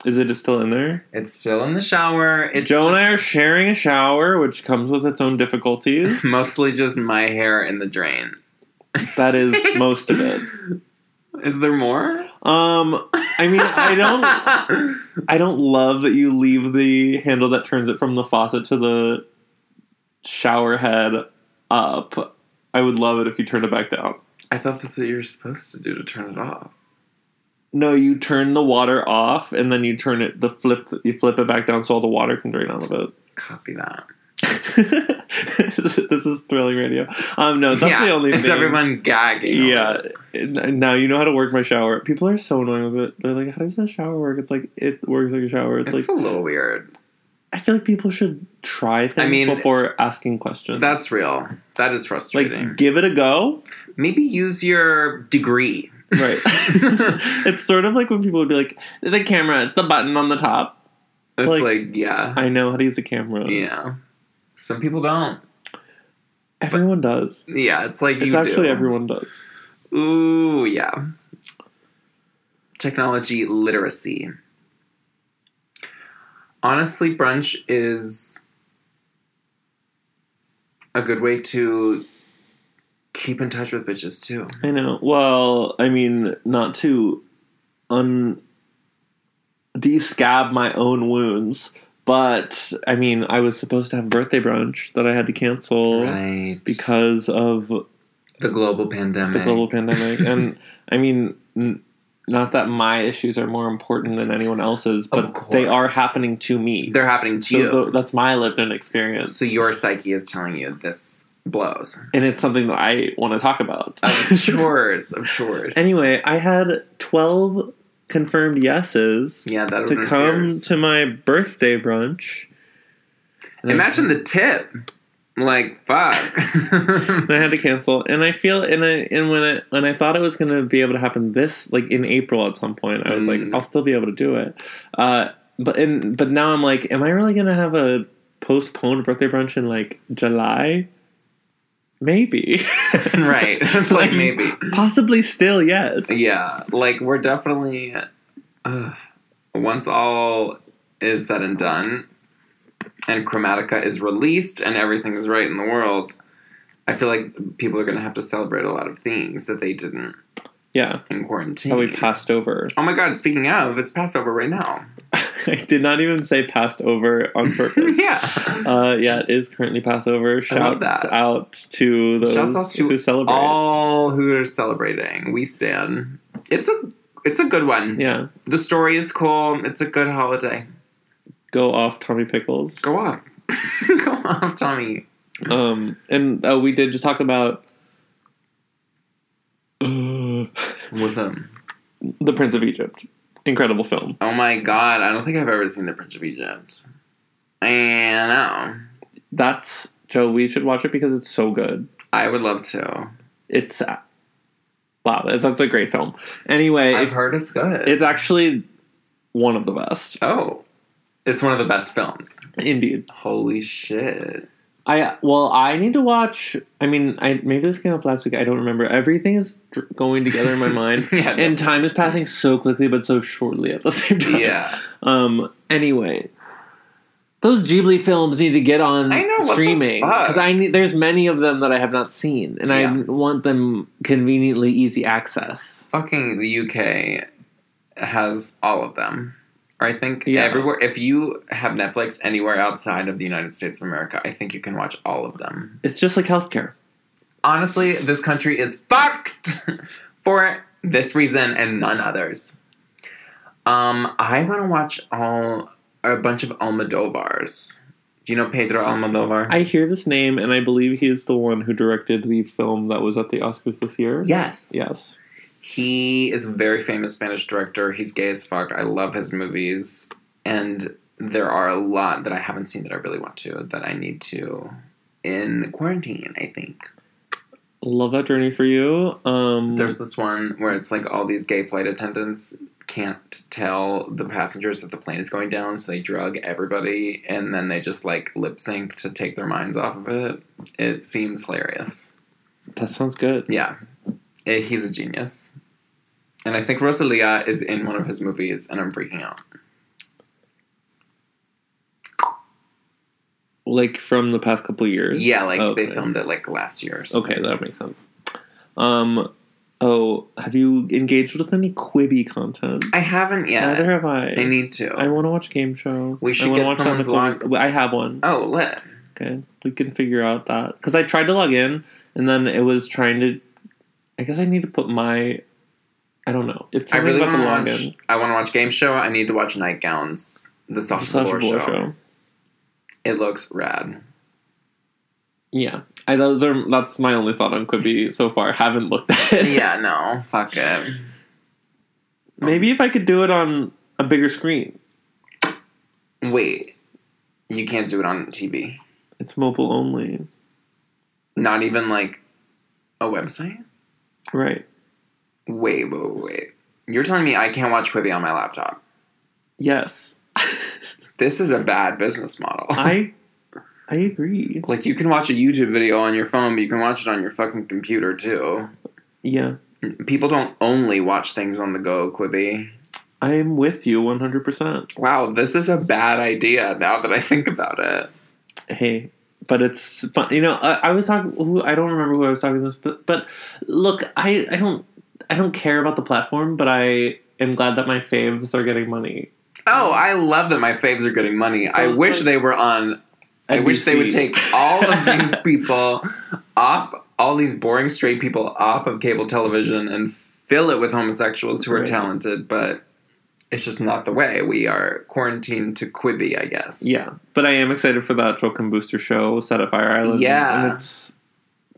B: Is it still in there?
C: it's still in the shower. It's
B: Joe and I are
C: just-
B: sharing a shower, which comes with its own difficulties.
C: (laughs) mostly just my hair in the drain.
B: that is most of it.
C: Is there more?
B: Um, I mean, I don't, I don't love that you leave the handle that turns it from the faucet to the shower head up. I would love it if you turned it back down.
C: (laughs) I thought that's what you're supposed to do to turn it off.
B: No, you turn the water off and then you turn it the flip you flip it back down so all the water can drain out of it. (laughs)
C: Copy that.
B: this is thrilling radio. Um no, that's
C: yeah,
B: the only
C: is
B: thing.
C: everyone gagging? over
B: yeah.
C: this?
B: n- Now you know how to work my shower. People are so annoying with it. They're like, How does that shower work? It's like it works like a shower. It's,
C: it's,
B: like
C: a little weird.
B: I feel like people should try things
C: mean,
B: before asking questions.
C: That's real. That is
B: like
C: frustrating.
B: give it a go.
C: Maybe use your
B: (laughs)
C: degree. (laughs)
B: Right. it's sort of like when people would be like, the camera, it's the button on the top.
C: It's
B: Like-
C: like, yeah.
B: I know how to use a camera.
C: Yeah. Some people don't.
B: Everyone does.
C: Yeah, it's like
B: It's
C: you
B: actually
C: do.
B: everyone does.
C: Ooh, yeah. Technology literacy. Honestly, brunch is a good way to keep in touch with bitches too.
B: I know. Well, I mean, not to un descab my own wounds, but I mean, I was supposed to have birthday brunch that I had to cancel
C: Right. Because
B: because of the
C: the global pandemic. (laughs)
B: global pandemic, and I mean. N- not that my issues are more important than anyone else's,
C: Of
B: but they are
C: course.
B: happening to me.
C: They're happening to you.
B: so th- that's my lived-in experience,
C: so your psyche is telling you this
B: (laughs)
C: blows.
B: and it's something that I want to talk about.
C: Of chores, of chores.
B: (laughs) Anyway, I had 12 confirmed yeses
C: yeah, that
B: to
C: would
B: come to my birthday brunch. And I-
C: Imagine the tip. Like fuck.
B: (laughs) and I had to cancel, and I feel, and I, and when I, when I thought it was going to be able to happen this, like in April at some point, I was like,
C: Mm.
B: I'll still be able to do it. Uh, but and but now I'm like, am I really going to have a postponed birthday brunch in like July? Maybe, (laughs)
C: (laughs) right. It's like maybe. (laughs)
B: possibly, still yes.
C: Yeah. Like we're definitely uh, once all is said and done and Chromatica is released and everything is right in the world, I feel like people are gonna have to celebrate a lot of things that they didn't
B: yeah.
C: in quarantine.
B: How we passed over. (laughs)
C: oh my god, speaking of, it's Passover right now.
B: I did not even say passed
C: (laughs)
B: over on purpose.
C: yeah.
B: Uh, yeah, it is currently Passover.
C: love
B: Shouts
C: that.
B: out to those
C: Shouts out to
B: who celebrate.
C: All who are celebrating. We stand. It's a it's a good one.
B: yeah,
C: The story is cool. It's a good holiday.
B: go off Tommy Pickles.
C: Go
B: (laughs)
C: off. Go off, Tommy.
B: Um, and oh, we did just talk about uh,
C: What's up?
B: the Prince of Egypt. Incredible film.
C: Oh my god, I don't think I've ever seen The Prince of Egypt. I know.
B: That's Joe. We should watch it because it's so good.
C: I would love to.
B: It's uh, wow. that- That's a great film. Anyway,
C: I've
B: it-
C: heard it's good.
B: it's actually one of the best.
C: oh. It's one of the best films.
B: Indeed.
C: Holy shit.
B: I well, I need to watch. I mean, I maybe this came up last week. I don't remember. Everything is dr- going (laughs) together
C: (laughs)
B: in my mind,
C: Yeah,
B: and
C: definitely.
B: time is passing so quickly, but so shortly at the same time.
C: Yeah.
B: Um. Anyway, those Ghibli films need to get on
C: I know, what the
B: streaming
C: fuck?
B: because I need. There's many of them that I have not seen, and I
C: Yeah.
B: want them conveniently easy access.
C: Fucking the UK has all of them. Or I think
B: Yeah.
C: everywhere if you have Netflix anywhere outside of the United States of America, I think you can watch all of them.
B: It's just like healthcare.
C: honestly, this country is fucked (laughs) for this reason and none others. Um, I want to watch all a bunch of Almodovars. Do you know Pedro Almodovar?
B: I hear this name, and I believe he is the one who directed the film that was at the Oscars this year.
C: yes.
B: Yes.
C: He is a very famous Spanish director. He's gay as fuck. I love his movies. And there are a lot that I haven't seen that I really want to, that I need to in quarantine, I think.
B: Love that journey for you. Um,
C: There's this one where it's like all these gay flight attendants can't tell the passengers that the plane is going down, so they drug everybody and then they just like lip sync to take their minds off of it. It seems hilarious.
B: that sounds good.
C: Yeah. Eh, he's a genius. And I think Rosalia is in one of his movies, and I'm freaking out.
B: Like from the past couple years.
C: Yeah, like
B: Okay.
C: they filmed it like last year. Or something.
B: Okay, that makes sense. Um, oh, have you engaged with any Quibi content?
C: I haven't yet.
B: Neither have I.
C: I need to.
B: I want to watch a game show.
C: We
B: I
C: should
B: wanna
C: get
B: watch that on the
C: someone's
B: Quibi- I have one.
C: oh, lit.
B: Okay, we can figure out that because I tried to log in and then it was trying to. I guess I need to put my. I don't know. It's
C: I
B: something
C: really want
B: about
C: to
B: the
C: watch.
B: login.
C: I want to watch game show. I need to watch nightgowns. The Sasha,
B: Sasha
C: Velour
B: Velour
C: show. It looks rad.
B: Yeah, I those are, that's my only thought on Quibi so far. Haven't looked at it.
C: yeah, no, fuck it.
B: Maybe if I could do it on a bigger screen.
C: Wait, you can't do it on TV.
B: It's mobile only,
C: Not even like a website.
B: right?
C: Wait, wait, wait, wait. You're telling me I can't watch Quibi on my laptop? (laughs)
B: Yes,
C: This is a bad business model.
B: I. I agree.
C: (laughs) like you can watch a YouTube video on your phone, but you can watch it on your fucking computer too.
B: Yeah,
C: People don't only watch things on the go, Quibi.
B: I'm with you 100%.
C: Wow, this is a bad idea now that I think about it.
B: hey but it's fun you know i, I was talking who i don't remember who i was talking to this but, but look i i don't i don't care about the platform but i am glad that my faves are getting money
C: Oh, I love that my faves are getting money. I
B: So-
C: wish
B: so-
C: they were on. I wish they would
B: NBC.
C: take all
B: (laughs)
C: of these people off, all these boring straight people off of cable television and fill it with homosexuals who are
B: Right.
C: talented, but it's just not the way. We are quarantined to Quibi, I guess.
B: yeah but i am excited for that joke and booster show set at fire island
C: Yeah.
B: and it's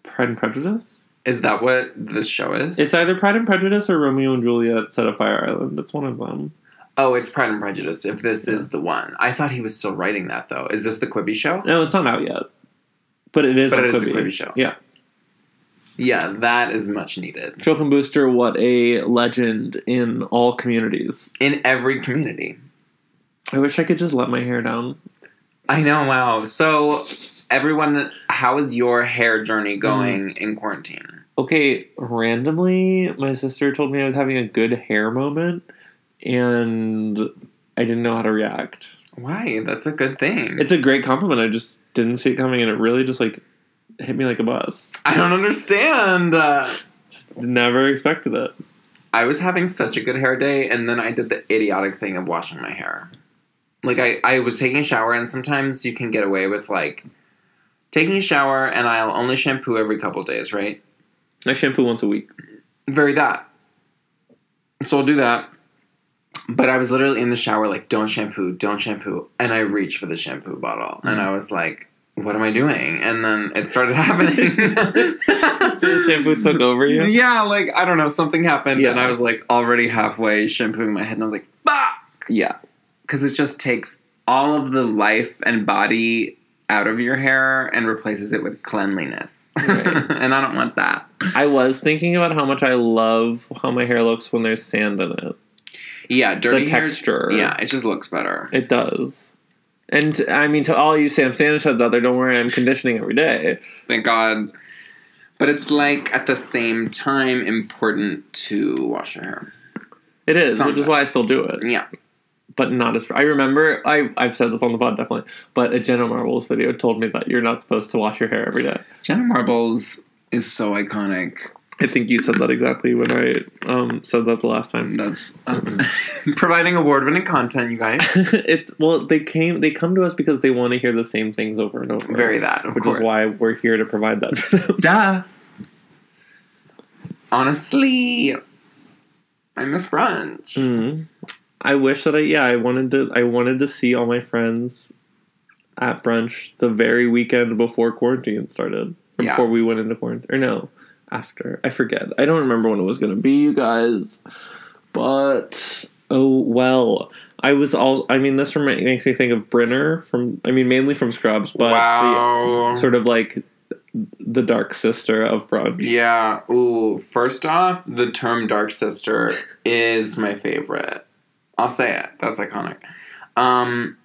B: pride and prejudice
C: Is that what this show is?
B: it's either pride and prejudice or romeo and juliet set at fire island it's one of them
C: oh, it's Pride and Prejudice, if this is the one. I thought he was still writing that, though. Is this the Quibi show?
B: no it's not out yet but it is
C: But
B: on
C: it is a
B: Quibi.
C: Quibi show.
B: yeah
C: Yeah, that is much needed.
B: joke and booster what a legend in all communities
C: in every community.
B: I wish I could just let my hair down.
C: I know, wow. So, everyone, how is your hair journey going
B: Mm-hmm.
C: in quarantine?
B: Okay, randomly, my sister told me I was having a good hair moment, and I didn't know how to react.
C: Why? That's a good thing.
B: It's a great compliment. I just didn't see it coming, and it really just like hit me like a bus.
C: I don't understand. Uh,
B: Never expected it.
C: I was having such a good hair day, and then I did the idiotic thing of washing my hair. Like, I, I was taking a shower, and sometimes you can get away with, like, taking a shower, and I'll only shampoo every couple days, right?
B: I shampoo once
C: (laughs)
B: a week.
C: very that. So I'll do that. But I was literally in the shower, like, don't shampoo, don't shampoo. And I reached for the shampoo bottle.
B: Mm.
C: And I was like, what am I doing? And then it started (laughs)
B: (laughs) The
C: happening.
B: shampoo took over you.
C: yeah, like, I don't know, something happened.
B: Yeah.
C: And I was like already halfway shampooing my head. And I was like, fuck!
B: Yeah,
C: Because it just takes all of the life and body out of your hair and replaces it with cleanliness.
B: Right.
C: (laughs) and I don't want that.
B: I was thinking about how much I love how my hair looks when there's sand in it.
C: Yeah, dirty hair-
B: texture.
C: Yeah, it just looks better.
B: It does. And I mean, to all you Sam Sandwich heads out there, don't worry, I'm conditioning every day.
C: Thank God. But it's like at the same time important to wash your hair.
B: It is, which
C: Sometimes.
B: is why I still do it.
C: Yeah.
B: but not as. I remember I I've said this on the pod definitely, but a Jenna Marbles video told me that you're not supposed to wash your hair every day.
C: Jenna Marbles is so iconic.
B: I think you said that exactly when I um said that the last time.
C: That's (laughs) providing award winning content, you guys.
B: (laughs) it's well they came they come to us because they want to hear the same things over and over.
C: Very that, of
B: which
C: course.
B: is why we're here to provide that for them.
C: Duh. Honestly, I miss brunch.
B: Mm-hmm. Mhm. I wish that I yeah I wanted to I wanted to see all my friends at brunch the very weekend before quarantine started. Or
C: Yeah.
B: Before we went into quarantine. Or no, after. I forget. I don't remember when it was going to be, you guys. But oh well. I was all. I mean, this remi- makes me think of Brenner from. I mean, mainly from Scrubs, but
C: wow.
B: the, sort of like the dark sister of brunch.
C: yeah. Ooh. First off, the term "dark sister" is my favorite. I'll say it. That's iconic. Um,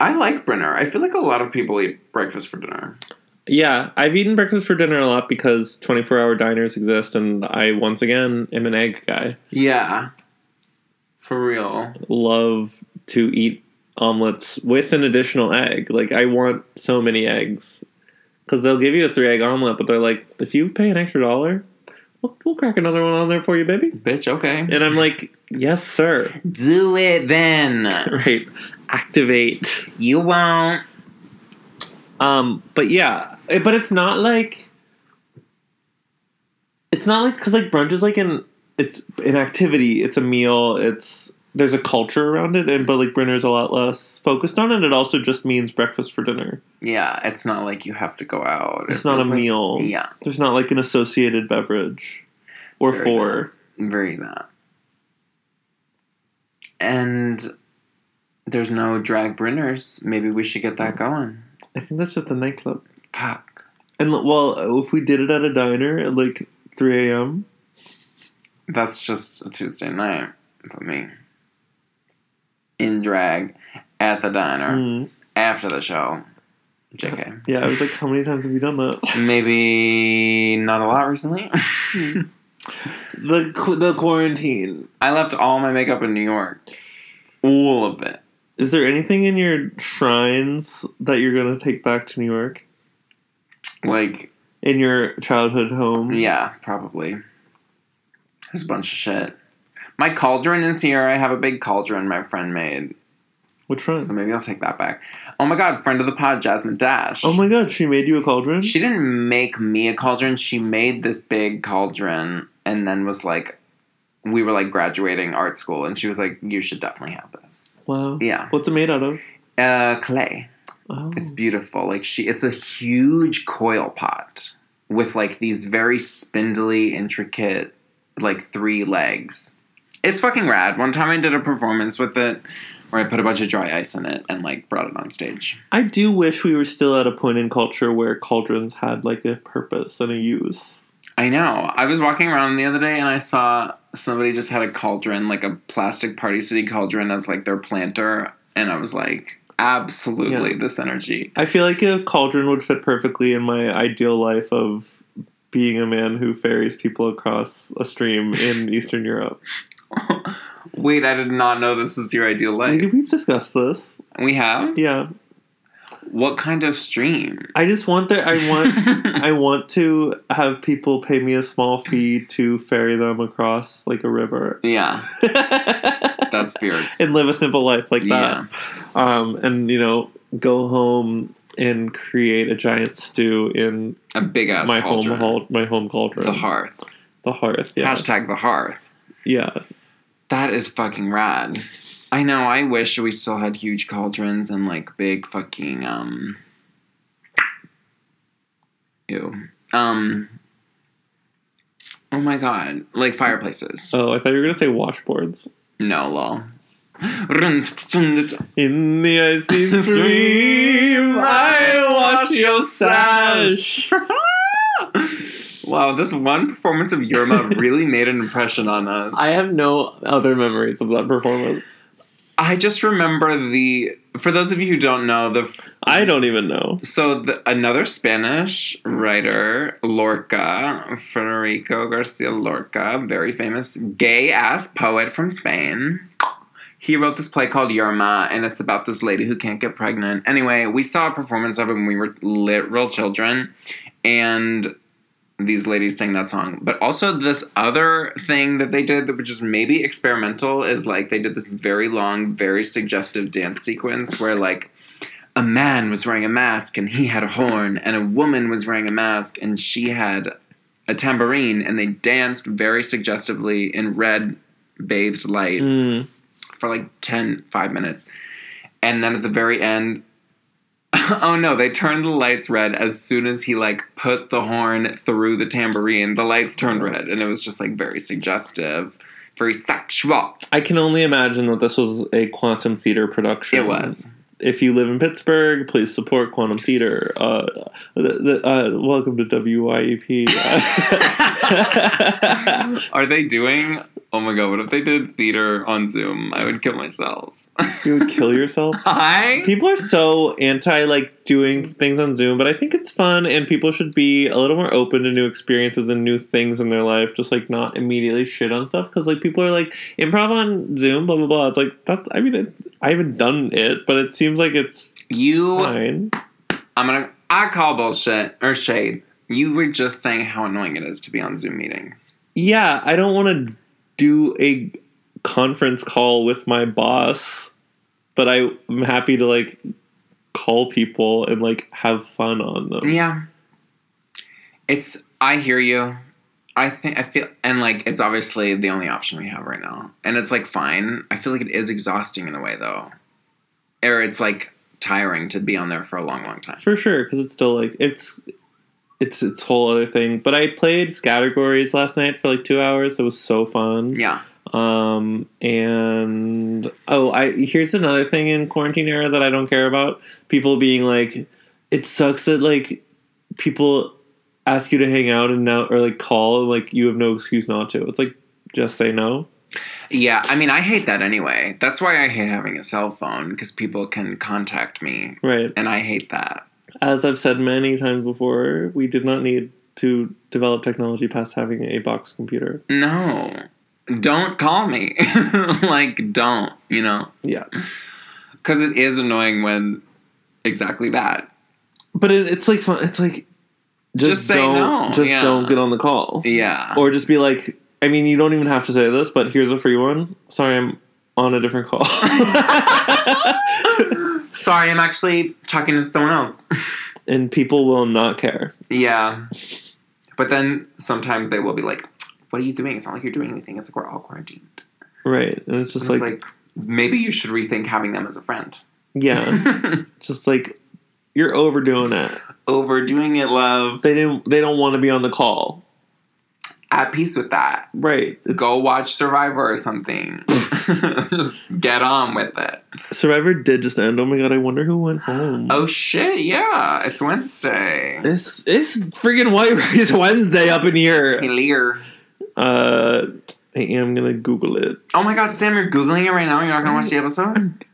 C: I like Brenner. I feel like a lot of people eat breakfast for dinner.
B: Yeah, I've eaten breakfast for dinner a lot because twenty four hour diners exist, and I once again am an egg guy.
C: Yeah. For real.
B: Love to eat omelets with an additional egg. Like I want so many eggs because they'll give you a three egg omelet, but they're like, if you pay an extra dollar, we'll, we'll crack another one on there for you, baby.
C: Bitch. Okay.
B: And I'm like, yes, sir.
C: Do it then.
B: Right, activate.
C: You won't.
B: Um, but yeah, it- but it's not like it's not like because like brunch is like an it's an activity, it's a meal, it's there's a culture around it, and but like dinner's a lot less focused on it. It also just means breakfast for dinner.
C: Yeah, it's not like you have to go out. It
B: It's not a
C: feels like-
B: meal.
C: Yeah,
B: There's not like an associated beverage or
C: Very
B: four.
C: very that. And there's no drag Brinners. Maybe we should get that going.
B: I think that's just a nightclub.
C: Fuck.
B: And l- well, if we did it at a diner at like three a.m.
C: That's just a Tuesday night for me. In drag at the diner
B: Mm.
C: after the show. JK.
B: Yeah, I was like, how many times have you done that?
C: Maybe not a lot recently. (laughs)
B: The qu- the quarantine.
C: I left all my makeup in New York. All of it.
B: Is there anything in your shrines that you're gonna take back to New York
C: Like
B: in your childhood home?
C: Yeah, probably. There's a bunch of shit. My cauldron is here. I have a big cauldron my friend made.
B: Which one?
C: So maybe I'll take that back. Oh my god, friend of the pod, Jasmine Dash.
B: Oh my god, she made you a cauldron.
C: She didn't make me a cauldron. She made this big cauldron and then was like, we were like graduating art school and she was like, you should definitely have this.
B: wow.
C: Yeah.
B: What's it made out of?
C: Uh, clay.
B: Oh.
C: It's beautiful. Like she, it's a huge coil pot with like these very spindly, intricate, like three legs. It's fucking rad. One time I did a performance with it where I put a bunch of dry ice in it and like brought it on stage.
B: I do wish we were still at a point in culture where cauldrons had like a purpose and a use.
C: I know. I was walking around the other day and I saw somebody just had a cauldron, like a plastic Party City cauldron as like their planter, and I was like, absolutely
B: Yeah.
C: this energy.
B: I feel like a cauldron would fit perfectly in my ideal life of being a man who ferries people across a
C: (laughs)
B: stream in Eastern Europe.
C: Wait, I did not know this is your ideal
B: Maybe
C: life.
B: we've discussed this.
C: We have?
B: Yeah.
C: What kind of stream?
B: I just want there I want I want to have people pay me a small fee to ferry them across like a river
C: (laughs)
B: (laughs)
C: yeah,
B: and (laughs)
C: that's fierce.
B: live a simple life like
C: yeah,
B: that. Um, and you know, go home and create a giant stew in
C: a big ass
B: my
C: cauldron.
B: home hall, my home cauldron,
C: the hearth.
B: the hearth. Yeah,
C: Hashtag the hearth.
B: yeah.
C: That is fucking rad. I know. I wish we still had huge cauldrons and like big fucking um. Ew. Um. Oh my god! Like fireplaces.
B: Oh, I thought you were gonna say washboards.
C: No, lol.
B: In the
C: (laughs)
B: icy stream, I watch your sash.
C: wow, this one performance of Yerma really made an impression on us.
B: I have no other memories of that performance.
C: I just remember the. For those of you who don't know, the f-
B: I don't even know.
C: so the, another Spanish writer, Lorca, Federico Garcia Lorca, very famous gay ass poet from Spain. He wrote this play called Yerma, and it's about this lady who can't get pregnant. Anyway, we saw a performance of it when we were literal children, and these ladies sang that song. But also this other thing that they did that was just maybe experimental is like they did this very long, very suggestive dance sequence where like a man was wearing a mask and he had a horn, and a woman was wearing a mask and she had a tambourine, and they danced very suggestively in red bathed light
B: Mm.
C: for like 10, 5 minutes. And then at the very end, (laughs) oh no, they turned the lights red as soon as he like put the horn through the tambourine. The lights turned red, and it was just like very suggestive, very sexual.
B: I can only imagine that this was a quantum theater production.
C: It was.
B: If you live in Pittsburgh, please support quantum theater. Uh, th- th- uh, welcome to E WYEP.
C: Are they doing? Oh my god! What if they did theater on Zoom? I would kill myself.
B: (laughs) you would kill yourself.
C: I
B: People are so anti like doing things on Zoom, but I think it's fun and people should be a little more open to new experiences and new things in their life. Just like not immediately shit on stuff because like people are like improv on Zoom, blah blah blah. It's like that's I mean it, I haven't done it, but it seems like it's
C: you
B: fine.
C: I'm gonna. I call bullshit or shade. You were just saying how annoying it is to be on Zoom meetings.
B: Yeah, I don't want to do a conference call with my boss, but I- I'm happy to like call people and like have fun on them.
C: Yeah. It's. I hear you. I think I feel, and like it's obviously the only option we have right now, and it's like fine. I feel like it is exhausting in a way though, or it's like tiring to be on there for a long, long time.
B: for sure because it's still like it's it's its whole other thing but i played categories last night for like two hours it was so fun
C: Yeah.
B: um and oh i here's another thing in quarantine era that i don't care about people being like it sucks that like people ask you to hang out and now or like call and like you have no excuse not to it's like just say no
C: Yeah, I mean, I hate that anyway. That's why I hate having a cell phone because people can contact me,
B: right
C: and I hate that.
B: as I've said many times before, we did not need to develop technology past having a box computer.
C: No, don't call me. (laughs) like, don't, you know?
B: Yeah.
C: Because it is annoying when exactly that.
B: But it, it's like fun. It's like just,
C: Just say
B: don't,
C: no,
B: Just
C: yeah.
B: don't get on the call,
C: Yeah.
B: or just be like, I mean, you don't even have to say this, but here's a free one. Sorry, I'm on a different
C: (laughs)
B: call. (laughs)
C: Sorry, I'm actually talking to someone else.
B: and people will not care.
C: (laughs) yeah. But then sometimes they will be like, what are you doing? It's not like you're doing anything. It's like we're all quarantined.
B: Right, and it's just
C: And it's
B: like,
C: like, maybe you should rethink having them as a friend.
B: yeah,
C: (laughs)
B: just like you're overdoing it.
C: Overdoing it, love.
B: They didn't. They don't want to be on the call.
C: At peace with that.
B: Right. It's,
C: go watch Survivor or
B: (laughs)
C: something. just get on with it.
B: Survivor did just end. Oh my god! I wonder who went home.
C: Oh shit, yeah, it's Wednesday.
B: This it's friggin' White Rice (laughs) Wednesday up in here.
C: Hillier.
B: Uh, I am gonna Google it.
C: Oh my god, Sam, you're googling it right now. You're not gonna watch the
B: (laughs)
C: episode.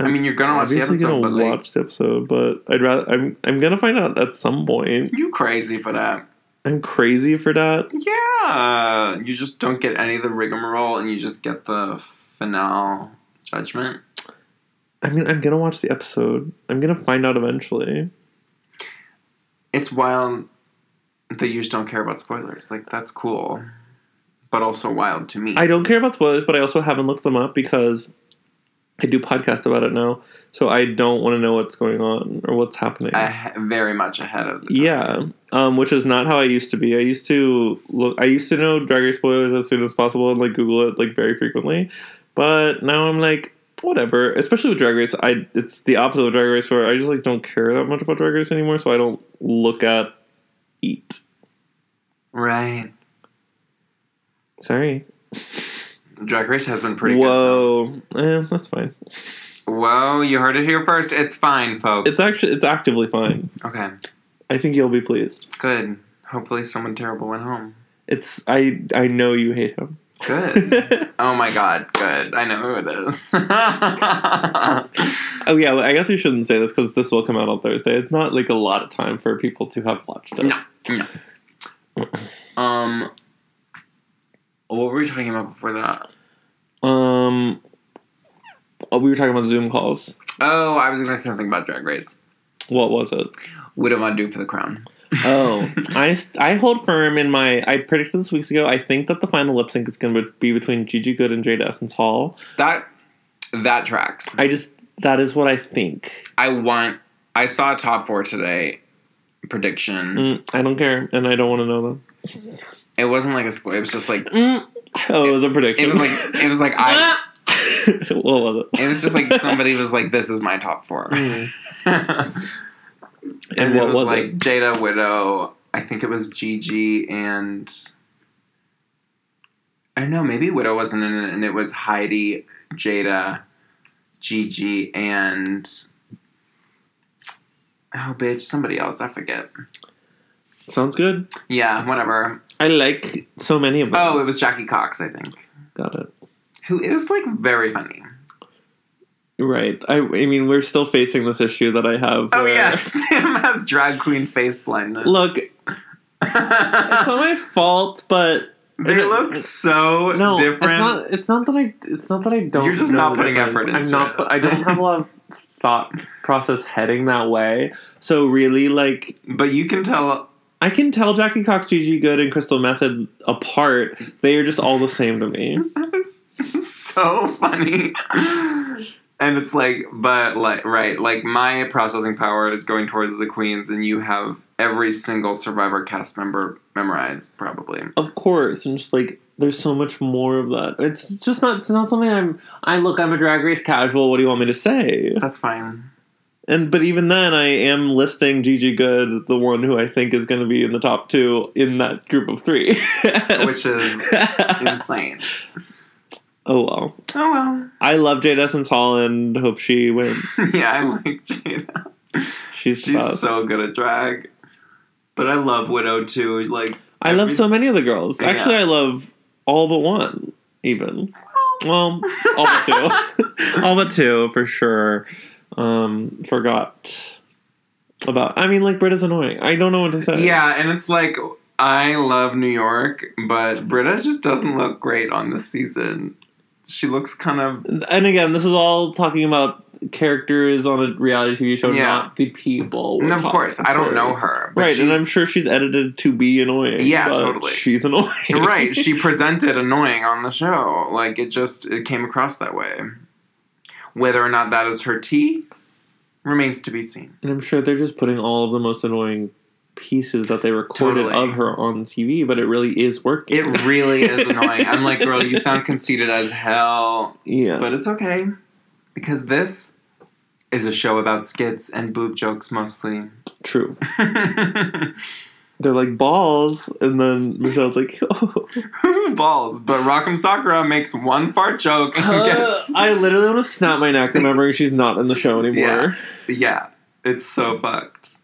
C: I mean, you're gonna watch the
B: Obviously,
C: episode,
B: gonna
C: but like,
B: watch the episode, but I'd rather I'm I'm gonna find out at some point.
C: you crazy for that?
B: I'm crazy for that.
C: Yeah, you just don't get any of the rigmarole, and you just get the finale judgment.
B: I mean, I'm gonna watch the episode. I'm gonna find out eventually.
C: It's wild that you just don't care about spoilers. Like that's cool, but also wild to me.
B: I don't care about spoilers, but I also haven't looked them up because I do podcasts about it now, so I don't want to know what's going on or what's happening.
C: Ah- very much ahead of the time.
B: Yeah, um, which is not how I used to be. I used to look. I used to know Drag Race spoilers as soon as possible and like Google it like very frequently. But now I'm like whatever. Especially with Drag Race, I it's the opposite of Drag Race where I just like don't care that much about Drag Race anymore, so I don't look at eat.
C: Right.
B: Sorry.
C: Drag Race has been pretty
B: Whoa, eh, that's fine.
C: good. Whoa, you heard it here first. It's fine, folks.
B: It's actually it's actively fine.
C: okay,
B: I think you'll be pleased.
C: good. Hopefully someone terrible went home.
B: It's I I know you hate him. (laughs)
C: Good. oh my god, good. I know who it (laughs) is.
B: Oh yeah, well, I guess we shouldn't say this because this will come out on Thursday. It's not like a lot of time for people to have watched it.
C: No. um what were we talking about before that?
B: Um, oh, we were talking about Zoom calls.
C: Oh, I was gonna say something about Drag Race.
B: What was it?
C: What do I do for the crown?
B: Oh, (laughs) I I hold firm in my. I predicted this weeks ago. I think that the final lip sync is going to be between Gigi Good and Jade Essence Hall.
C: (laughs) That that tracks.
B: I just that is what I think.
C: I want I saw a top four today prediction.
B: Mm, I don't care, and I don't want to know them.
C: It wasn't like a square. It was just like
B: Mm. Oh, it was a
C: it
B: prediction.
C: was like
B: (laughs)
C: Ah! it was like I.
B: what was it? (laughs)
C: It was just like somebody was like, "This is my top four.
B: Mm.
C: (laughs) and, it
B: And what
C: was,
B: was
C: like
B: it?
C: Jada Widow. I think it was Gigi and I don't know. Maybe Widow wasn't in it, and it was Heidi, Jada, Gigi, and oh, bitch, somebody else. I forget.
B: Sounds good.
C: Yeah, whatever.
B: I like so many of them.
C: Oh, it was Jackie Cox, I think,
B: got it.
C: who is like very funny.
B: Right. I, I mean, we're still facing this issue that I have.
C: Oh
B: where- (laughs)
C: yeah, (laughs) Sam has drag queen face blindness. (laughs)
B: Look, it's
C: they
B: not my fault, but
C: look so
B: no,
C: different.
B: It's not, it's not that I. It's not that I don't.
C: You're just
B: know
C: not
B: the
C: putting
B: difference.
C: effort into
B: I'm not.
C: it.
B: pu- I don't have a lot of thought process heading that way. So really, like
C: But you can tell.
B: I can tell Jackie Cox, Gigi Good, and Crystal Method apart. They are just all the same to me.
C: That is so funny. And it's like, but like, right, like my processing power is going towards the queens, and you have every single Survivor cast member memorized, probably.
B: Of course, and just like there's so much more of that. It's just not. It's not something I'm. I look. I'm a drag race casual. What do you want me to say?
C: That's fine.
B: And but even then, I am listing Gigi Good, the one who I think is going to be in the top two in that group of three. (laughs)
C: Which Oh, is insane.
B: oh well.
C: Oh well. (laughs)
B: I love Jade Essence Holland. Hope she wins.
C: yeah, I like Jada.
B: She's, the
C: She's
B: best.
C: so good at drag. But I love Widow too. Like,
B: I love so many of the girls.
C: Yeah.
B: Actually, I love all but one, even. Well, all but
C: (laughs)
B: two, (laughs) all but two for sure. Um, forgot about. I mean, like Britta's annoying. I don't know what to say.
C: yeah, and it's like I love New York, but Britta just doesn't look great on this season. She looks kind of
B: And again, this is all talking about characters on a reality TV show,
C: Yeah.
B: not the people. we're
C: and of
B: talking-
C: course, I don't know
B: course.
C: her. But
B: Right, and
C: she's-
B: I'm sure she's edited to be annoying.
C: Yeah,
B: but
C: totally.
B: She's annoying.
C: (laughs)
B: (laughs)
C: right, she presented annoying on the show. Like it just it came across that way. Whether or not that is her tea remains to be seen.
B: And I'm sure they're just putting all of the most annoying pieces that they recorded
C: Totally.
B: of her on TV, but it really is working.
C: It really
B: (laughs)
C: is annoying. I'm like, girl, you sound conceited as hell.
B: yeah.
C: But it's okay because this is a show about skits and boob jokes mostly. (laughs)
B: True.
C: Who
B: They're like balls, and then Michelle's like, (laughs) oh.
C: Balls, but Rock'em Sakura makes one fart joke. and gets-
B: Uh, I literally want to snap my neck remembering she's not in the show anymore.
C: yeah, it's
B: Mm-hmm.
C: so fucked.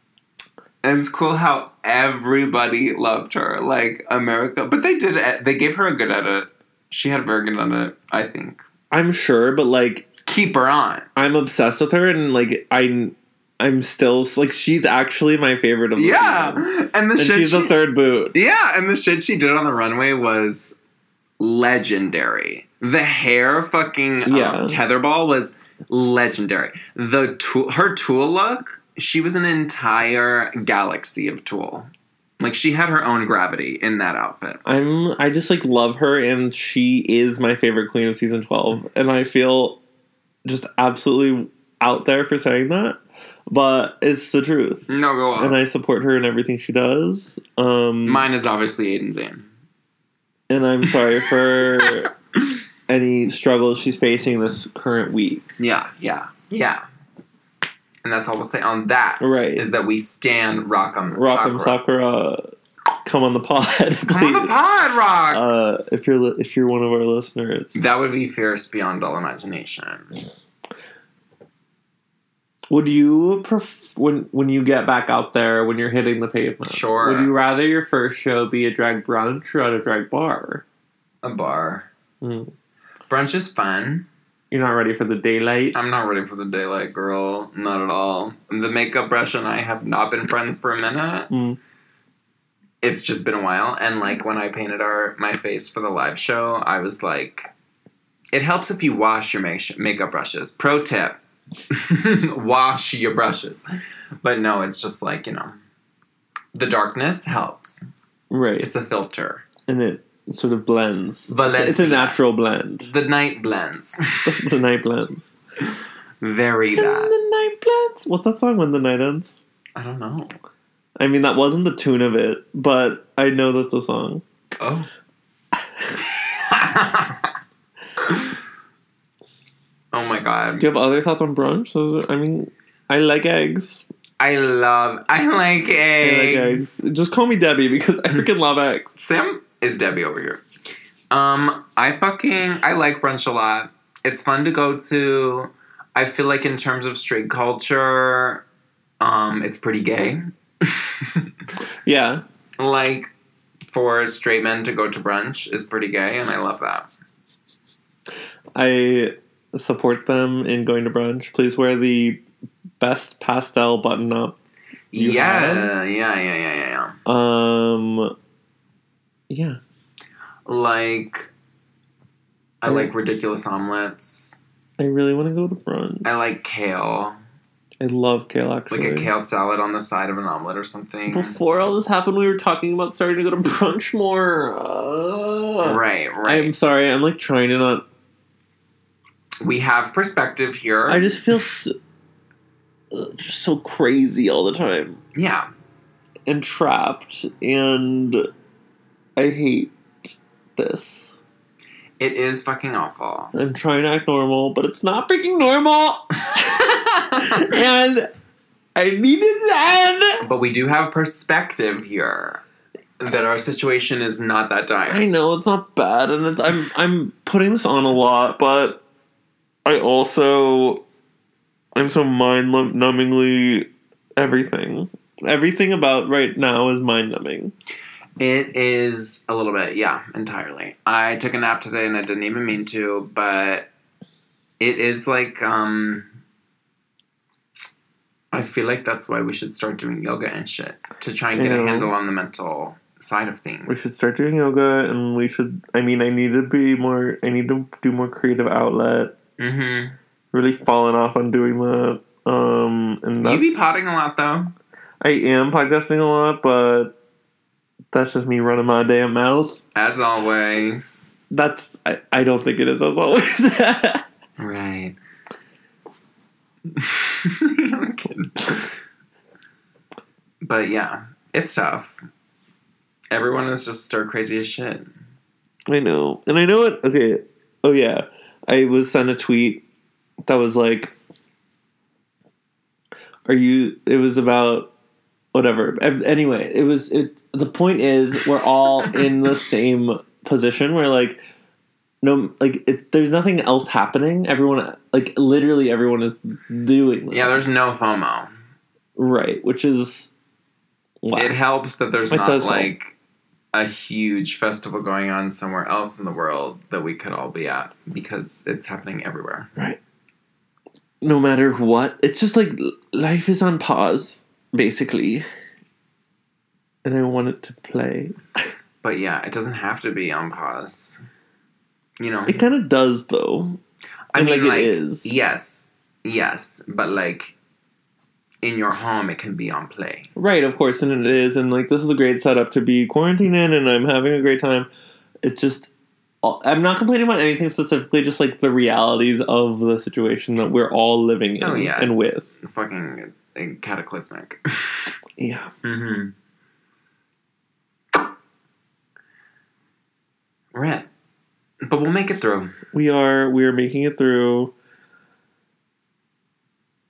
C: And it's cool how everybody loved her, like America. But they did it. They gave her a good edit. She had a very good edit, I think.
B: I'm sure, but like,
C: Keep her on.
B: I'm obsessed with her, and like, I, I'm still like, she's actually my favorite of the
C: Yeah,
B: season.
C: and the
B: And
C: shit
B: she's
C: she-
B: the third boot.
C: Yeah, and the shit she did on the runway was legendary. The hair fucking um,
B: Yeah.
C: tetherball was legendary. The tool, her tool look, she was an entire galaxy of tool. Like she had her own gravity in that outfit.
B: I'm I just like love her and she is my favorite queen of season 12 and I feel just absolutely out there for saying that but it's the truth
C: No go
B: and
C: on.
B: I support her in everything she does um
C: Mine is obviously Aiden Zane.
B: and I'm sorry
C: (laughs)
B: for any struggles she's facing this current week
C: Yeah, yeah, yeah. And that's all we'll say on that.
B: Right.
C: Is that we stand Rock'em Sakura.
B: Rock'em Sakura come on the pod (laughs)
C: Come on the
B: please.
C: pod, Rock!
B: uh if you're li- if you're one of our listeners
C: That would be fierce beyond all imagination.
B: Would you pref- when when you get back out there when you're hitting the pavement?
C: Sure.
B: Would you rather your first show be a drag brunch or at a drag bar?
C: A bar.
B: Mm.
C: Brunch is fun.
B: You're not ready for the daylight.
C: I'm not ready for the daylight, girl. Not at all. The makeup brush and I have not been friends for a minute.
B: Mm.
C: It's just been a while. And like when I painted our my face for the live show, I was like, it helps if you wash your make- makeup brushes. Pro tip: (laughs) wash your brushes. But no, it's just like you know, the darkness helps.
B: Right,
C: It's a filter.
B: and it sort of blends.
C: Valencia.
B: It's a natural
C: (laughs)
B: blend. (laughs)
C: The night blends.
B: the night blends.
C: Very
B: When
C: that.
B: the night blends. What's that song? When the night ends.
C: I don't know.
B: I mean, that wasn't the tune of it, but I know that's a song.
C: (laughs) Oh. oh my god. Oh
B: Do you have other thoughts on brunch? Those are- I mean, I like eggs.
C: I love. I like
B: I
C: eggs.
B: like eggs. Just call me Debbie because
C: (laughs)
B: I freaking love eggs.
C: Sam is Debbie over here. Um, I fucking I like brunch a lot. It's fun to go to. I feel like in terms of straight culture, um, it's pretty gay. (laughs)
B: Yeah.
C: like for straight men to go to brunch is pretty gay, and I love that.
B: I support them in going to brunch. Please wear the best pastel button up. You
C: yeah, yeah,
B: have?
C: yeah, yeah, yeah, yeah.
B: Um yeah.
C: Like, I
B: Oh.
C: like ridiculous omelets.
B: I really want to go to brunch.
C: I like kale,
B: I love kale actually.
C: like a kale salad on the side of an omelet or something.
B: Before all this happened, we were talking about starting to go to brunch more. Uh,
C: Right, right.
B: I'm sorry. I'm like trying to not.
C: we have perspective here.
B: I just feel s uh, just so crazy all the time
C: yeah,
B: and trapped, and I hate this.
C: it is fucking
B: (laughs)
C: awful.
B: I'm trying to act normal, but it's not freaking normal. and I need it to end.
C: but we do have perspective here that our situation is not that
B: I
C: dire.
B: know it's not bad, and it's, I'm I'm putting this on a lot, but I also I'm so mind lu- numbingly everything. Everything about right now is mind numbing.
C: It is a little bit, yeah, entirely. I took a nap today and I didn't even mean to, but it is like um I feel like that's why we should start doing yoga and shit to try and get
B: Yeah.
C: a handle on the mental side of things.
B: We should start doing yoga, and we should. I mean, I need to be more. I need to do more creative outlet.
C: hmm
B: Really fallen off on doing that. Um, and
C: You
B: that's,
C: be potting a lot though.
B: I am podcasting a lot, but that's just me running my damn mouth.
C: As always.
B: That's I, I don't think it is as always. (laughs)
C: Right. (laughs) I'm kidding. But yeah, it's tough. Everyone is just stir crazy as shit.
B: I know. And I know it okay. Oh yeah. I was sent a tweet that was like Are you it was about whatever. An- Anyway, it was it the point is we're all in the same position where like no like it, there's nothing else happening. Everyone like literally everyone is doing this.
C: Yeah, there's no FOMO.
B: right, which is wow.
C: It helps that there's
B: It
C: not
B: does help.
C: like a huge festival going on somewhere else in the world that we could all be at because it's happening everywhere.
B: Right. No matter what, it's just like l- life is on pause, basically. And I want it to play.
C: But yeah, it doesn't have to be on pause. You know,
B: It kind of does, though.
C: I
B: And,
C: mean,
B: like,
C: like,
B: it is.
C: Yes, yes, but like in your home, it can be on play.
B: Right, of course, and it is. And like, this is a great setup to be quarantined in, and I'm having a great time. It's just. I'm not complaining about anything specifically, just like the realities of the situation that we're all living in
C: Oh yeah,
B: and
C: it's
B: with.
C: fucking uh, cataclysmic. (laughs)
B: Yeah.
C: mm-hmm. Rip, but we'll make it through.
B: We are we are making it through.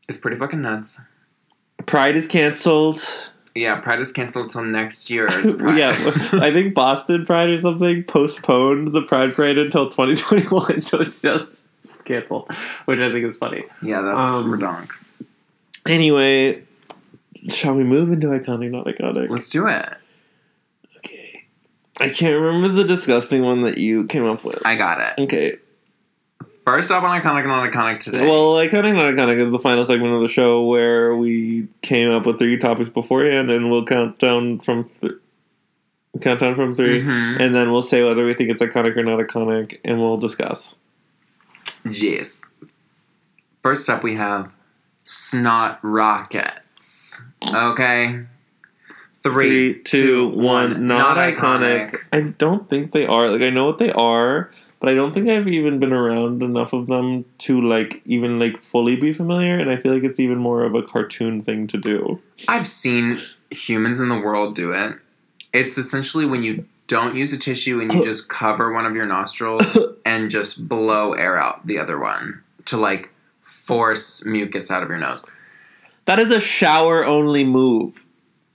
C: It's pretty fucking nuts.
B: Pride is canceled.
C: Yeah, Pride is canceled till next
B: (laughs)
C: year's. Pride.
B: yeah, I think Boston Pride or something postponed the Pride Parade until 2021, (laughs) so it's just canceled, which I think is funny.
C: (laughs) yeah, that's
B: Um,
C: redonk.
B: Anyway, shall we move into iconic, not iconic?
C: Let's do it.
B: okay. I can't remember the disgusting one that you came up with.
C: I got it.
B: okay.
C: First up on iconic and non iconic today.
B: Well, iconic, not iconic is the final segment of the show where we came up with three topics beforehand, and we'll count down from th- count down from 3
C: Mhm.
B: and then we'll say whether we think it's iconic or not iconic, and we'll discuss.
C: Yes. First up, we have Snot Rockets. Okay. Three,
B: Three, two, one. Not, iconic. I don't think they are. Like I know what they are, but I don't think I've even been around enough of them to like even like fully be familiar. And I feel like it's even more of a cartoon thing to do.
C: I've seen humans in the world do it. It's essentially when you don't use a tissue
B: (coughs)
C: and you just cover one of your nostrils and just blow air out the other one to like force mucus out of your nose.
B: That is a shower only move.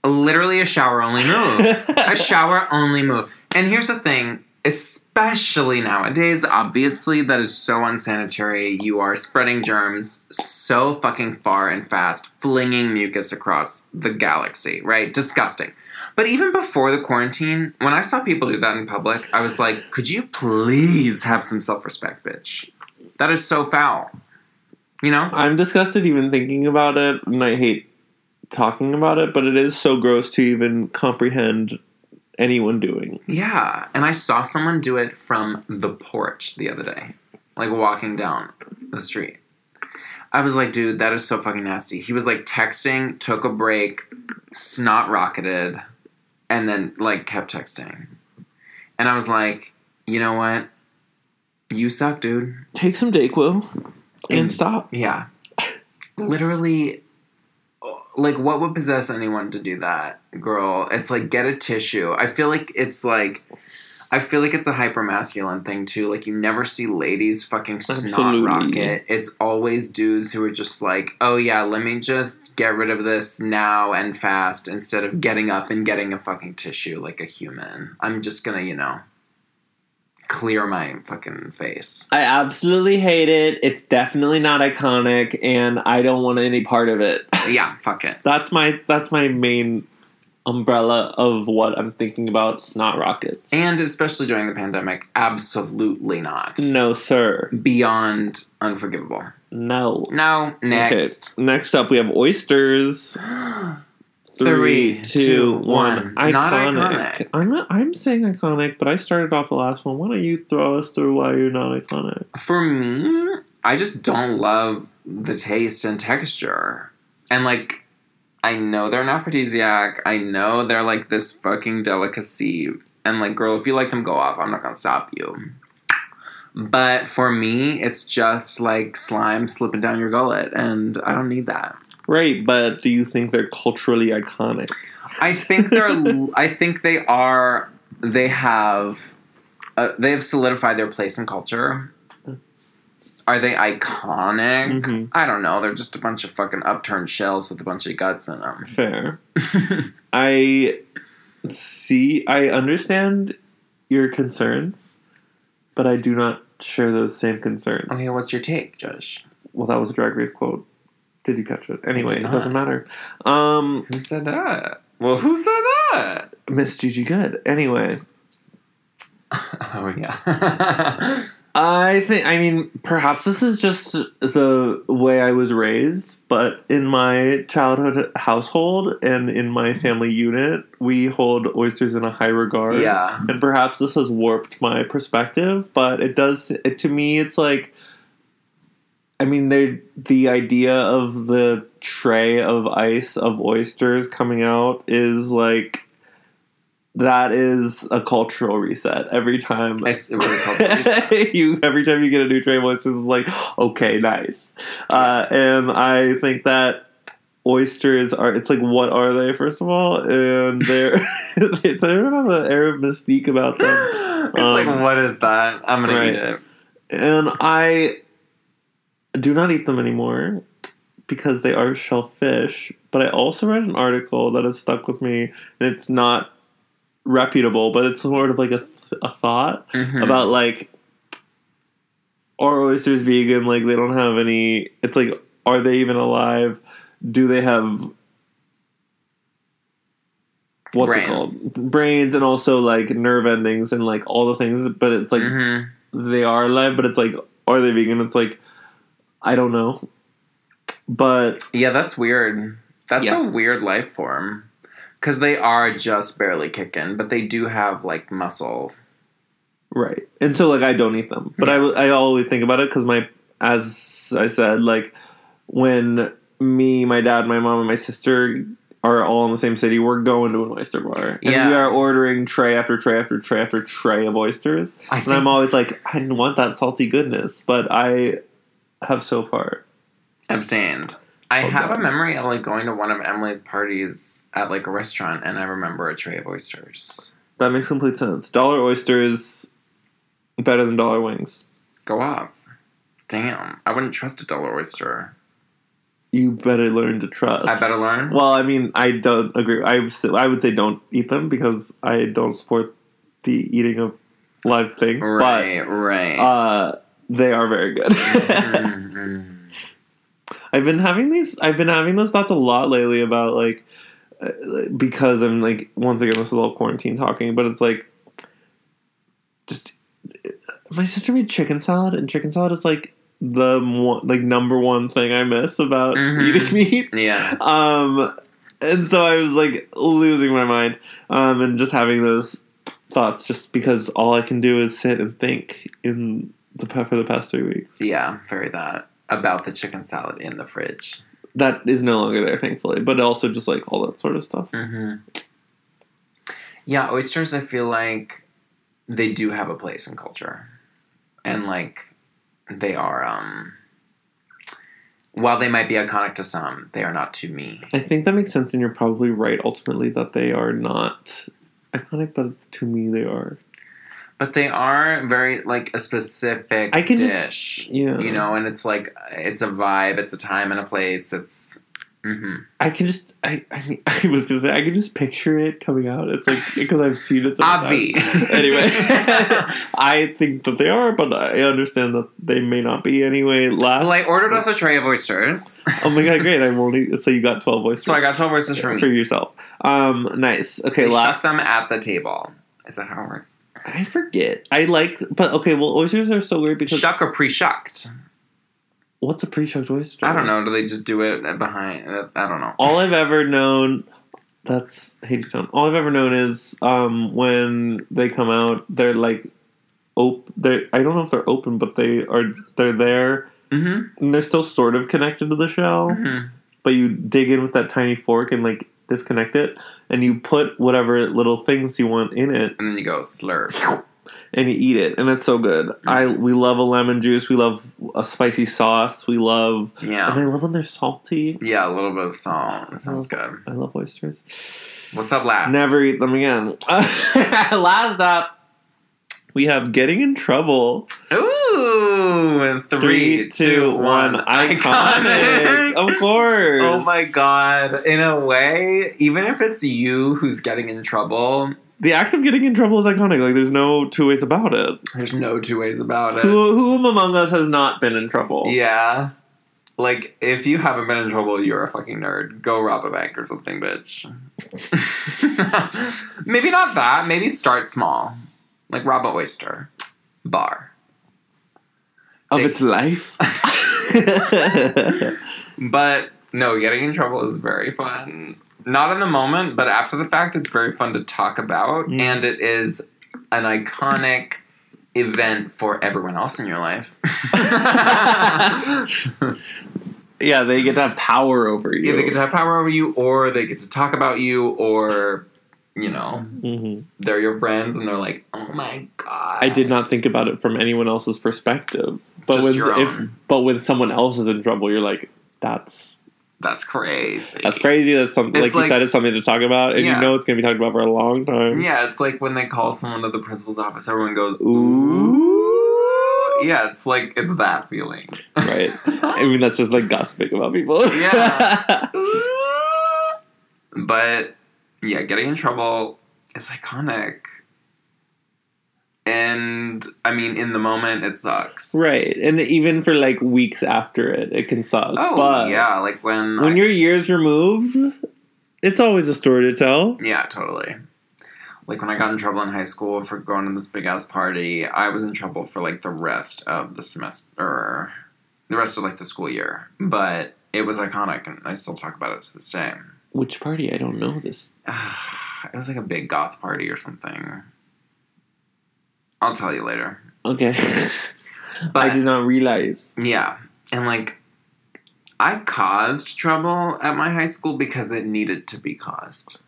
C: Literally a shower only
B: (laughs)
C: move. (laughs) a shower only move. And here's the thing, especially nowadays, obviously, that is so unsanitary. You are spreading germs so fucking far and fast, flinging mucus across the galaxy, right? Disgusting. But even before the quarantine, when I saw people do that in public, I was like, could you please have some self respect, bitch? That is so foul. You know?
B: I'm disgusted even thinking about it, and I hate talking about it, but it is so gross to even comprehend anyone doing.
C: Yeah. And I saw someone do it from the porch the other day, like walking down the street. I was like, dude, that is so fucking nasty. He was like texting, took a break, snot rocketed, and then like kept texting. And I was like, you know what? You suck, dude.
B: Take some Dayquil and
C: And-
B: stop.
C: Yeah. Literally, like, what would possess anyone to do that, girl? It's like, get a tissue. I feel like it's like. I feel like it's a hyper masculine thing too. Like you never see ladies fucking snot
B: Absolutely.
C: rocket. It's always dudes who are just like, "Oh yeah, let me just get rid of this now and fast instead of getting up and getting a fucking tissue like a human. I'm just going to, you know, clear my fucking face."
B: I absolutely hate it. It's definitely not iconic, and I don't want any part of it.
C: Yeah, fuck it.
B: That's my that's my main umbrella of what I'm thinking about. Snot rockets.
C: And especially during the pandemic, absolutely not.
B: no, sir.
C: Beyond unforgivable.
B: No.
C: Now, next. (gasps)
B: Okay. Next up, we have oysters.
C: Three, two, one. Not iconic.
B: I'm not, I'm saying iconic, but I started off the last one. Why don't you throw us through why you're not iconic?
C: For me, I just don't love the taste and texture. And like, I know they're an aphrodisiac. I know they're like this fucking delicacy. And like, girl, if you like them, go off. I'm not gonna stop you. But for me, it's just like slime slipping down your gullet, and I don't need that.
B: Right, but do you think they're culturally iconic?
C: I think they're. I think they are. They have. Uh, they have solidified their place in culture. Are they iconic?
B: Mhm.
C: I don't know. They're just a bunch of fucking upturned shells with a bunch of guts in them.
B: Fair. I see. I understand your concerns, but I do not share those same concerns.
C: Okay, what's your take, Josh?
B: Well, that was a Drag Race quote. Did you catch it? Anyway, it
C: not.
B: doesn't matter. Um,
C: Who said that? Well, who said that?
B: Miss Gigi Good. Anyway,
C: (laughs) Oh yeah.
B: I think. I mean, perhaps this is just the way I was raised, but in my childhood household and in my family unit, we hold oysters in a high
C: (laughs)
B: regard.
C: yeah.
B: and perhaps this has warped my perspective, but it does it, to me. It's like, I mean, they the idea of the tray of ice of oysters coming out is like that is a cultural reset every time.
C: It's it really
B: (laughs)
C: called Teresa.
B: you every time you get a new tray of oysters, it's like okay, nice. Uh, and I think that oysters are. It's like what are they first of all? And they're (laughs) they sort of have an air of mystique about them.
C: It's
B: Um,
C: like what is that? I'm gonna
B: right.
C: eat it.
B: And I do not eat them anymore because they are shellfish. But I also read an article that has stuck with me, and it's not reputable, but it's sort of like a, a thought
C: Mhm.
B: about like are oysters vegan like they don't have any it's like are they even alive do they have what's it
C: Brains.
B: called brains and also like nerve endings and like all the things but it's like
C: Mhm.
B: they are alive but it's like are they vegan it's like i don't know but
C: Yeah, that's weird. That's
B: Yeah.
C: a weird life form. Because they are just barely kicking, but they do have like muscle.
B: Right. And so, like, I don't eat them. But I w I I, always think about it because my, as I said, like, when me, my dad, my mom, and my sister are all in the same city, we're going to an oyster bar. And we
C: Yeah.
B: are ordering tray after tray after tray after tray of oysters.
C: I
B: And
C: think
B: I'm always like, I didn't want that salty goodness, but I have so far.
C: abstained. I
B: Oh,
C: have
B: God.
C: a memory of like going to one of Emily's parties at like a restaurant, and I remember a tray of oysters.
B: That makes complete sense. Dollar oysters better than dollar wings.
C: Go off. Damn, I wouldn't trust a dollar oyster.
B: you better learn to trust.
C: I better learn.
B: Well, I mean, I don't agree. I would say- I would say don't eat them because I don't support the eating of live things,
C: right, right.
B: but uh, (laughs) they are very good.
C: Mm, mm.
B: (laughs) I've been having these. I've been having those thoughts a lot lately about like uh, because I'm like once again this is all quarantine talking, but it's like just uh, my sister made chicken salad, and chicken salad is like the mo- like number one thing I miss about
C: Mhm.
B: eating (laughs) meat.
C: yeah.
B: Um, and so I was like losing my mind, um, and just having those thoughts just because all I can do is sit and think in the for the past three weeks.
C: Yeah, very that. About the chicken salad in the fridge.
B: That is no longer there, thankfully, but also just like all that sort of stuff.
C: hmm Yeah, oysters, I feel like they do have a place in culture. And like they are um while they might be iconic to some, they are not to me.
B: I think that makes sense, and you're probably right ultimately that they are not iconic, but to me they are.
C: But they are very like a specific
B: I can just-
C: dish.
B: yeah.
C: You know, and it's like it's a vibe, it's a time and a place, it's hmm
B: I can just, I, I mean, (laughs) I was gonna say, I can just picture it coming out. It's like, because I've seen it so many times.
C: Avi.
B: (laughs)
C: (laughs)
B: anyway, I think that they are, but I understand that they may not be anyway. Last,
C: Well, I ordered us a tray of oysters.
B: oh my god, great! I'm only so you got twelve
C: (laughs)
B: voices
C: So I got 12 oysters
B: (laughs)
C: for
B: for
C: me.
B: yourself. Um, nice. Okay,
C: They shot
B: last
C: some at the table. Is that how it works?
B: I forget. I like, but okay. Well, oysters are so great because
C: Shuck or pre-shucked?
B: what's a pre-shucked oyster?
C: I don't know. Do they just do it behind? uh, I don't know.
B: All I've ever known. That's Hades Town. All I've ever known is um, when they come out, they're like, op- they I don't know if they're open, but they are. They're there,
C: Mm-hmm.
B: and they're still sort of connected to the shell.
C: hmm
B: but you dig in with that tiny fork and like disconnect it and you put whatever little things you want in it
C: And then you go slurp.
B: and you eat it and it's so good i we love a lemon juice we love a spicy sauce we love and
C: Yeah.
B: i love when they're salty
C: Yeah, a little bit of salt. That sounds good.
B: i love oysters
C: What's up last?
B: never eat them again (laughs) last up we have getting in trouble
C: Ooh. And
B: Three, two, one. iconic of course
C: Oh my god. In a way, even if it's you who's getting in trouble,
B: the act of getting in trouble is iconic like there's no two ways about it
C: there's no two ways about it.
B: Who, whom among us has not been in trouble?
C: Yeah. Like, if you haven't been in trouble, you're a fucking nerd. Go rob a bank or something, bitch. (laughs) Maybe not that. Maybe start small. Like, rob a oyster bar.
B: Of
C: Jake. (laughs)
B: its life. (laughs)
C: But no, getting in trouble is very fun. Not in the moment, but after the fact, it's very fun to talk about.
B: Mm.
C: And it is an iconic event for everyone else in your life.
B: yeah, they get to have power over you.
C: Yeah, they get to have power over you, or they get to talk about you, or you know,
B: Mhm.
C: they're your friends and they're like, "Oh my god,
B: I did not think about it from anyone else's perspective, but
C: Just
B: when
C: your
B: if,
C: own.
B: but when someone else is in trouble, you're like, that's
C: That's crazy.
B: that's crazy. That's something like,
C: It's
B: you
C: like-
B: said, it's something to talk about, and
C: Yeah.
B: you know it's going to be talked about for a long time.
C: Yeah, it's like when they call someone to the principal's office, everyone goes, "Ooh."
B: Ooh,
C: Yeah, it's like it's that feeling.
B: right. I mean, that's just like gossiping about people.
C: Yeah. (laughs) but yeah, getting in trouble is iconic. And I mean, in the moment, it sucks.
B: (laughs) right, and even for like weeks after it, it can suck.
C: Oh
B: but
C: yeah, like when
B: when
C: I-
B: you're years removed, it's always a story to tell.
C: Yeah, totally. Like when I got in trouble in high school for going to this big ass party, I was in trouble for like the rest of the semester, or the rest of like the school year. But it was iconic, and I still talk about it to this day. (sighs)
B: Which party? I don't know this.
C: It was like a big goth party or something. I'll tell you later.
B: Okay. (laughs) I did
C: But
B: not realize.
C: yeah, and like I caused trouble at my high school because it needed to be caused.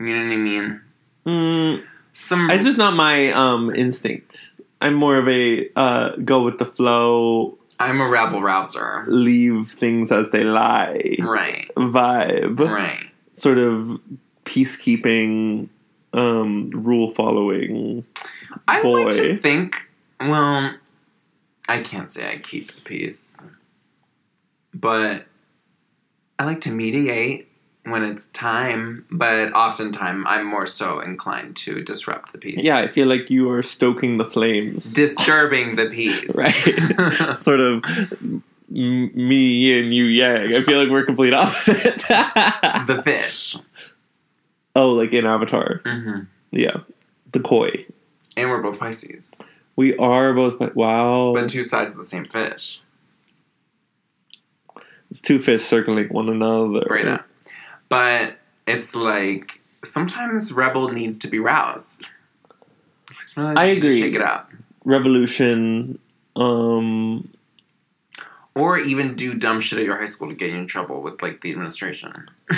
C: You know what I mean?
B: Mm,
C: Some
B: it's just not my um, instinct. I'm more of a uh, go with the flow,
C: I'm a rabble rouser.
B: leave things as they lie (laughs)
C: Right.
B: vibe.
C: Right.
B: Sort of peacekeeping, um, rule following.
C: I like to
B: Boy.
C: think well I can't say I keep the peace. But I like to mediate when it's time, but oftentimes I'm more so inclined to disrupt the peace.
B: Yeah, I feel like you are stoking the flames.
C: Disturbing the peace.
B: (laughs) right? sort of m- me and you yang. I feel like we're complete opposites.
C: (laughs)
B: (laughs)
C: the fish.
B: oh, like in Avatar.
C: hmm
B: Yeah. The koi.
C: And we're both Pisces,
B: We are both. pi- Wow.
C: but two sides of the same fish.
B: It's two fish circling one another.
C: Right now. But it's like sometimes rebel needs to be roused.
B: I agree.
C: Shake it up.
B: Revolution.
C: (laughs)
B: Um,
C: Or even do dumb shit at your high school to get you in trouble with like the administration.
B: (laughs)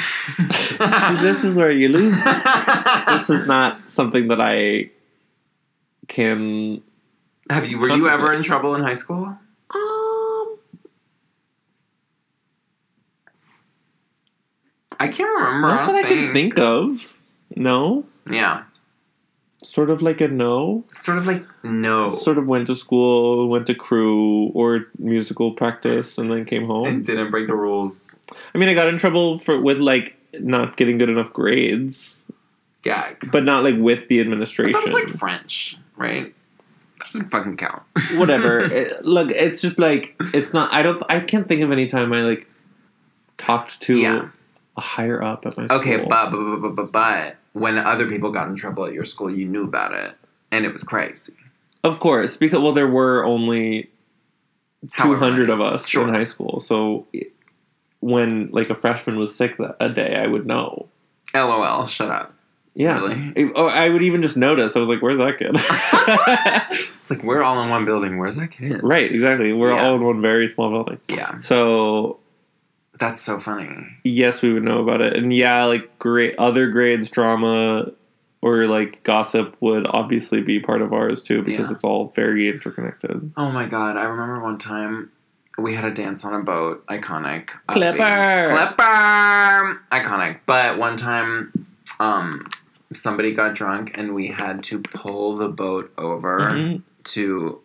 B: this is where you lose. me. This is not something that I can.
C: (laughs) Have you were you ever in trouble in high school?
B: Um,
C: I can't remember.
B: not
C: don't
B: that I can think of. No.
C: Yeah,
B: Sort of like a no.
C: It's sort of like no,
B: Sort of went to school, went to crew or musical practice, and then came home.
C: and didn't break the rules.
B: I mean, I got in trouble for with like not getting good enough grades,
C: Gag.
B: but not like with the
C: But
B: administration.
C: that was
B: (laughs)
C: like French, right? That doesn't fucking count. (laughs)
B: Whatever. It- look, it's just like it's not. I don't. I can't think of any time I like talked to
C: Yeah.
B: a higher up at my school.
C: Okay, but, but, but, but, but, but when other people got in trouble at your school, you knew about it. And it was crazy.
B: of course, because well, there were only two
C: However
B: hundred
C: many.
B: of us
C: Sure.
B: in high school, so when like a freshman was sick that a day, I would know.
C: LOL, shut up.
B: Yeah. (laughs)
C: Really?
B: It- oh, I would even just notice. I was like, "Where's that kid?" (laughs)
C: It's like, we're all in one building. Where's that kid?
B: right. Exactly. We're
C: Yeah.
B: all in one very small building.
C: Yeah,
B: So
C: that's so funny.
B: yes, we would know about it. And yeah, like great other grades, drama or like gossip would obviously be part of ours too because
C: Yeah.
B: it's all very interconnected.
C: Oh my god, I remember one time we had a dance on a boat. Iconic.
B: Clipper.
C: Clipper! Iconic. But one time, um, somebody got drunk and we had to pull the boat over.
B: Mhm.
C: to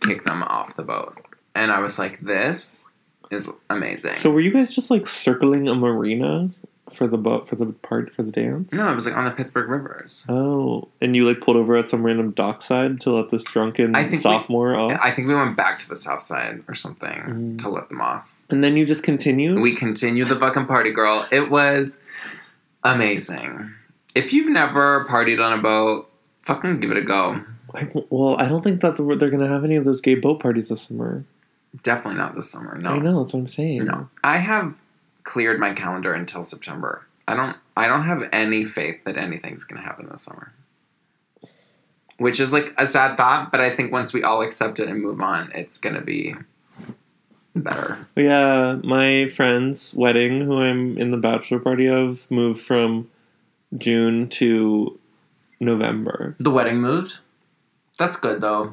C: kick them off the boat. And I was like, this is amazing.
B: So were you guys just like circling a marina for the boat for the part for the dance?
C: no, it was like on the Pittsburgh Rivers.
B: Oh, and you like pulled over at some random dockside to let this drunken
C: I think we-
B: sophomore off,
C: I think we went back to the south side or something
B: Mm.
C: to let them off.
B: and then you just continue.
C: We continued the fucking party, girl. It was amazing. If you've never partied on a boat, fucking give it a go.
B: I- well, I don't think that they're they're gonna have any of those gay boat parties this summer.
C: Definitely not this summer. No.
B: I know that's what I'm saying.
C: No. I have cleared my calendar until September. I don't I don't have any faith that anything's gonna happen this summer. Which is like a sad thought, but I think once we all accept it and move on, it's gonna be better.
B: Yeah, my friend's wedding, who I'm in the bachelor party of, moved from June to November.
C: The wedding moved? That's good though.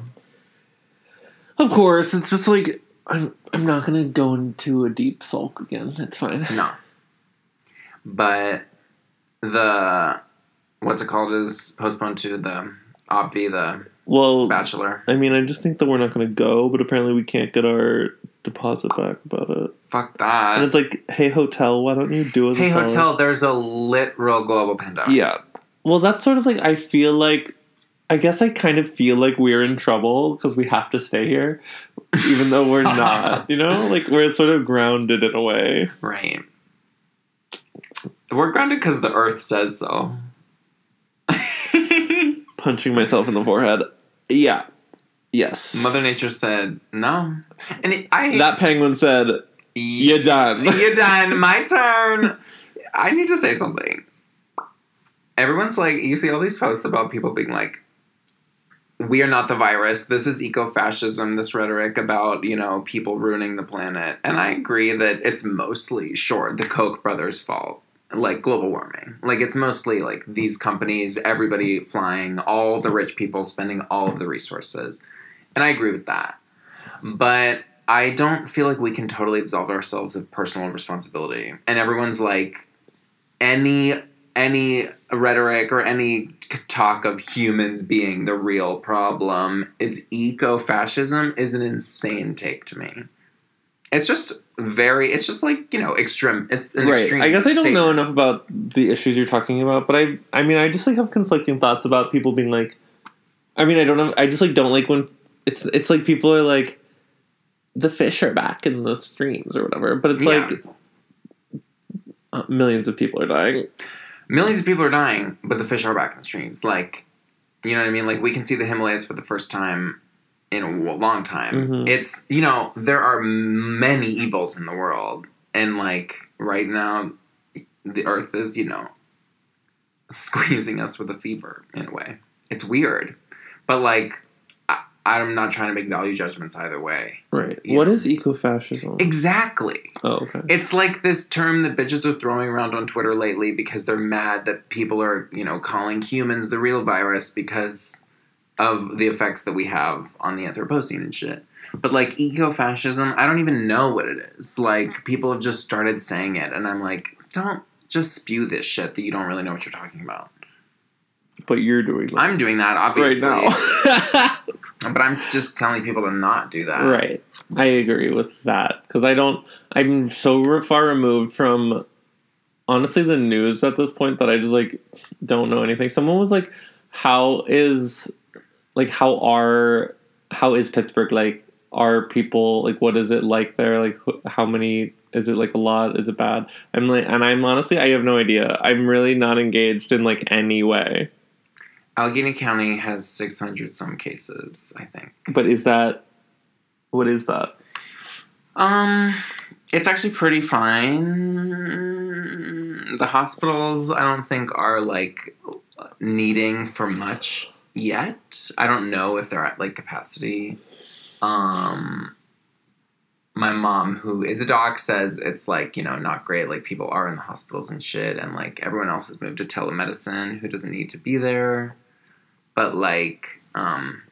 B: Of course, it's just like I'm. I'm not gonna go into a deep sulk again. It's fine.
C: No. But the what's it called is postponed to the obvi the
B: Well,
C: bachelor.
B: I mean, I just think that we're not gonna go, but apparently we can't get our deposit back about it.
C: Fuck
B: And
C: that.
B: it's like, hey hotel, why don't you do us? a
C: Hey
B: solid?
C: hotel, there's a literal global pandemic.
B: Yeah. Well, that's sort of like I feel like I guess I kind of feel like we're in trouble because we have to stay here, even
C: (laughs)
B: though we're not. You know, like we're sort of grounded in a way.
C: Right. We're grounded because the earth says so.
B: Punching myself in the forehead. Yeah. Yes.
C: Mother Nature said no. And it, I.
B: that penguin said, "You're done."
C: You're done. My turn. I need to say something. Everyone's like, you see all these posts about people being like, we are not the virus. This is eco fascism, this rhetoric about, you know, people ruining the planet. And I agree that it's mostly, sure, the Koch brothers' fault. Like global warming. Like it's mostly like these companies, everybody flying, all the rich people spending all of the resources. And I agree with that but I don't feel like we can totally absolve ourselves of personal responsibility. And everyone's like, any any rhetoric or any talk of humans being the real problem is eco fascism is an insane take to me. It's just very. It's just like you know, extreme. It's an
B: right.
C: extreme.
B: I guess I don't
C: state.
B: know enough about the issues you're talking about, but I I mean I just like have conflicting thoughts about people being like I mean I don't know I just like don't like when it's it's like people are like the fish are back in the streams or whatever, but it's
C: Yeah.
B: like uh, millions of people are dying.
C: Millions of people are dying, but the fish are back in the streams. Like, you know what I mean? Like we can see the Himalayas for the first time in a w- long time.
B: Mhm.
C: It's you know there are many evils in the world, and like right now, the Earth is you know (laughs) squeezing us with a fever in a way. It's weird, but like. I- I'm not trying to make value judgments either way.
B: Right.
C: Yeah.
B: What is eco-fascism?
C: Exactly.
B: oh, okay.
C: It's like this term that bitches are throwing around on Twitter lately because they're mad that people are, you know, calling humans the real virus because of the effects that we have on the Anthropocene and shit. But like eco fascism, I don't even know what it is. Like people have just started saying it, and I'm like, don't just spew this shit that you don't really know what you're talking about.
B: But you're doing that
C: I'm doing that
B: right
C: obviously,
B: (laughs) now.
C: (laughs) but I'm just telling people to not do that.
B: Right. I agree with that because I don't. I'm so re- far removed from honestly the news at this point that I just like don't know anything. Someone was like, "How is like how are how is Pittsburgh like? Are people like what is it like there? Like wh- how many?" Is it like a lot? Is it bad? I'm like, and I'm honestly, I have no idea. I'm really not engaged in like any way.
C: Allegheny County has 600 some cases, I think.
B: But is that, what is that?
C: Um, it's actually pretty fine. The hospitals, I don't think, are like needing for much yet. I don't know if they're at like capacity. Um, my mom, who is a doc, says it's like you know not great. Like people are in the hospitals and shit, and like everyone else has moved to telemedicine, who doesn't need to be there. But like, um,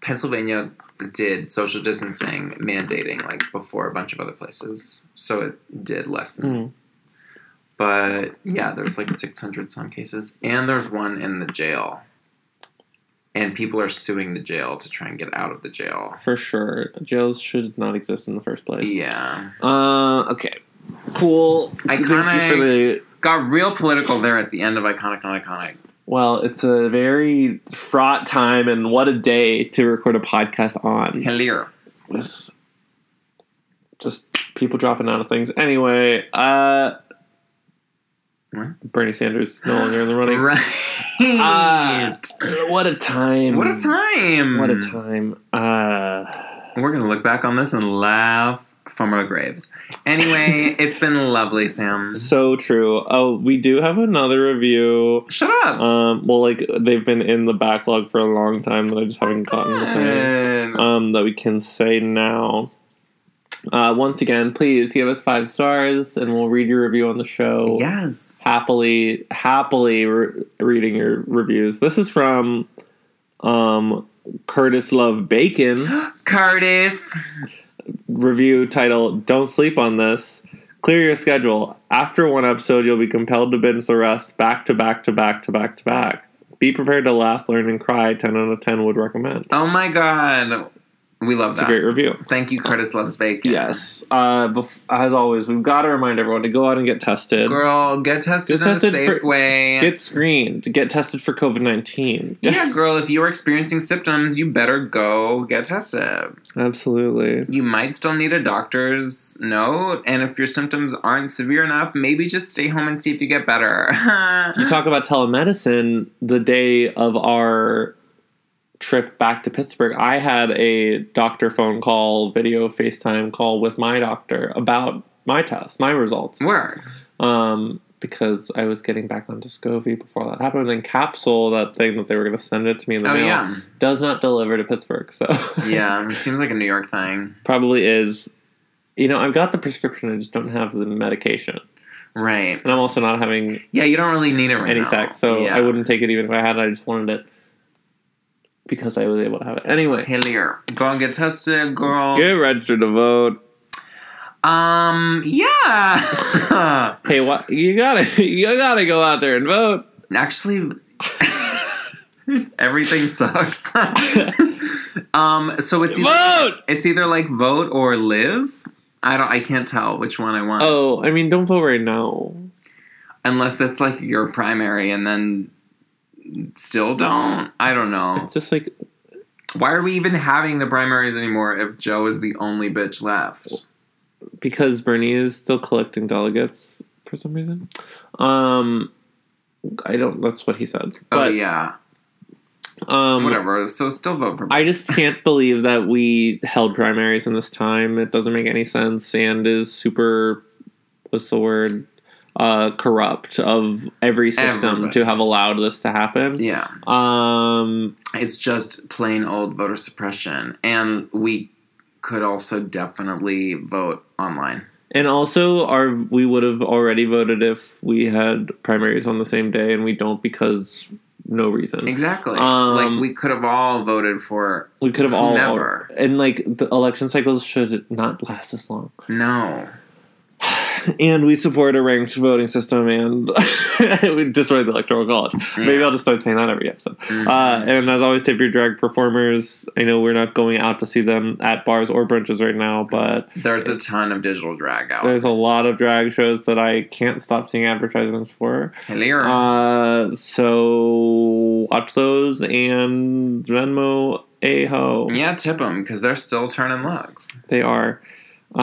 C: Pennsylvania did social distancing mandating like before a bunch of other places, so it did lessen.
B: Mm.
C: But yeah, there's like 600 some cases, and there's one in the jail, and people are suing the jail to try and get out of the jail.
B: For sure. Jails should not exist in the first place.
C: Yeah,
B: Uh, okay. Cool. Thank you
C: Iconic.
B: for the-
C: got real political there at the end of iconic, not iconic.
B: well, it's a very fraught time, and what a day to record a podcast on.
C: Hellier.
B: With just people dropping out of things. Anyway, uh,
C: What?
B: Bernie Sanders is no longer in the running.
C: Right.
B: Uh, what a time.
C: what a time.
B: What a time. Uh,
C: We're gonna look back on this and laugh from our graves.
B: (laughs)
C: Anyway, it's been lovely, Sam.
B: so true. Oh, we do have another review.
C: Shut up.
B: Um, well, like they've been in the backlog for a long time that I just haven't gotten to say.
C: Um,
B: Um, that we can say now. Uh, once again, please give us five stars, and we'll read your review on the show.
C: yes.
B: happily, happily re- reading your reviews. This is from um, Curtis Love Bacon (gasps)
C: Curtis.
B: review title Don't Sleep on This. Clear your schedule. After one episode, you'll be compelled to binge the rest back to back to back to back to back. Be prepared to laugh, learn, and cry. 10 out of 10 would recommend.
C: Oh my god. We love
B: It's a
C: that.
B: great review.
C: Thank you, Curtis Loves Bacon.
B: Yes. Uh, bef- as always, we've got to remind everyone to go out and get tested.
C: Girl, get tested
B: Get
C: in
B: tested
C: a safe
B: for-
C: way.
B: Get screened. Get tested for COVID 19. (laughs)
C: yeah, girl, if you are experiencing symptoms, you better go get tested.
B: Absolutely.
C: You might still need a doctor's note, and if your symptoms aren't severe enough, maybe just stay home and see if you get better. (laughs)
B: You talk about telemedicine the day of our trip back to Pittsburgh. I had a doctor phone call, video FaceTime call with my doctor about my test, my results,
C: Work.
B: um, because I was getting back onto Scovy before that happened. And Capsule, that thing that they were going to send it to me in the
C: Oh,
B: mail,
C: yeah.
B: does not deliver to Pittsburgh. So
C: Yeah, it seems like a New York thing.
B: (laughs) probably is. You know, I've got the prescription, I just don't have the medication.
C: Right.
B: And I'm also not having
C: Yeah, you don't really need it right
B: any
C: now.
B: sex, so
C: yeah.
B: I wouldn't take it even if I had. it. I just wanted it because I was able to have it. Anyway,
C: Hillier. Go and get tested, girl.
B: get registered to vote.
C: Um,
B: (laughs)
C: yeah. (laughs)
B: Hey, what you gotta (laughs) you gotta go out there and vote.
C: (laughs) Actually, everything sucks. (laughs) Um, so it's either,
B: Vote!
C: it's either like vote or live. I don't. I can't tell which one I want
B: Oh, I mean, don't vote right now.
C: unless that's like your primary, and then still don't. I don't know.
B: It's just like
C: Why are we even having the primaries anymore if Joe is the only bitch left?
B: because Bernie is still collecting delegates for some reason. Um, I don't. That's what he said.
C: Oh
B: But,
C: yeah,
B: Um,
C: whatever. So still vote for.
B: I just can't believe that we held primaries in this time. It doesn't make any sense. Sand is super, what's the word? Uh, corrupt of every system
C: Everybody.
B: to have allowed this to happen.
C: yeah.
B: Um,
C: it's just plain old voter suppression and we could also definitely vote online
B: and also, our we would have already voted if we had primaries on the same day, and we don't because no reason.
C: exactly
B: Um,
C: like we could have all voted for
B: We could have all
C: Never.
B: and like the election cycles should not last this long.
C: no
B: And we support a ranked voting system, and (laughs) we destroy the electoral college. Maybe I'll just start saying that every episode.
C: Mm-hmm.
B: Uh, and as always, tip your drag performers. I know we're not going out to see them at bars or brunches right now, but
C: there's a ton of digital drag out
B: there's a lot of drag shows that I can't stop seeing advertisements for.
C: Hilarious.
B: Uh, so watch those and Venmo a ho.
C: yeah tip them because they're still turning looks
B: They are. Uh,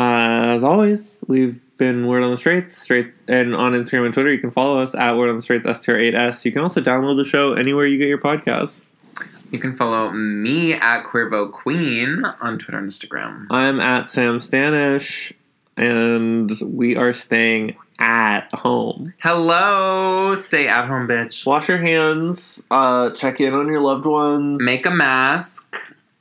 B: as always, we've been Word on the Straits, Straits, and on Instagram and Twitter, you can follow us at Word on the Straits STR8S. You can also download the show anywhere you get your podcasts.
C: you can follow me at queervo queen on twitter and instagram
B: I'm at Sam Stanish, and we are staying at home.
C: hello stay at home bitch
B: Wash your hands. Uh, check in on your loved ones.
C: make a mask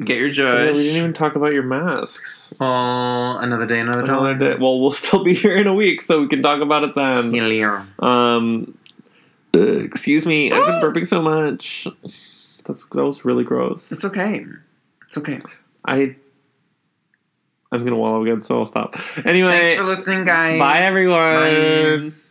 C: get your
B: Oh, yeah,
C: judge
B: we didn't even talk about your masks.
C: oh another day another
B: Another
C: dollar
B: day. Well, (laughs) we'll still be here in a week, so we can talk about it then.
C: Hilarious.
B: Um, uh, excuse me, I've
C: Ah!
B: been burping so much. That's that was really gross.
C: It's okay. It's okay.
B: I I'm gonna wallow again, so I'll stop. Anyway,
C: Thanks for listening, guys.
B: bye everyone.
C: Bye.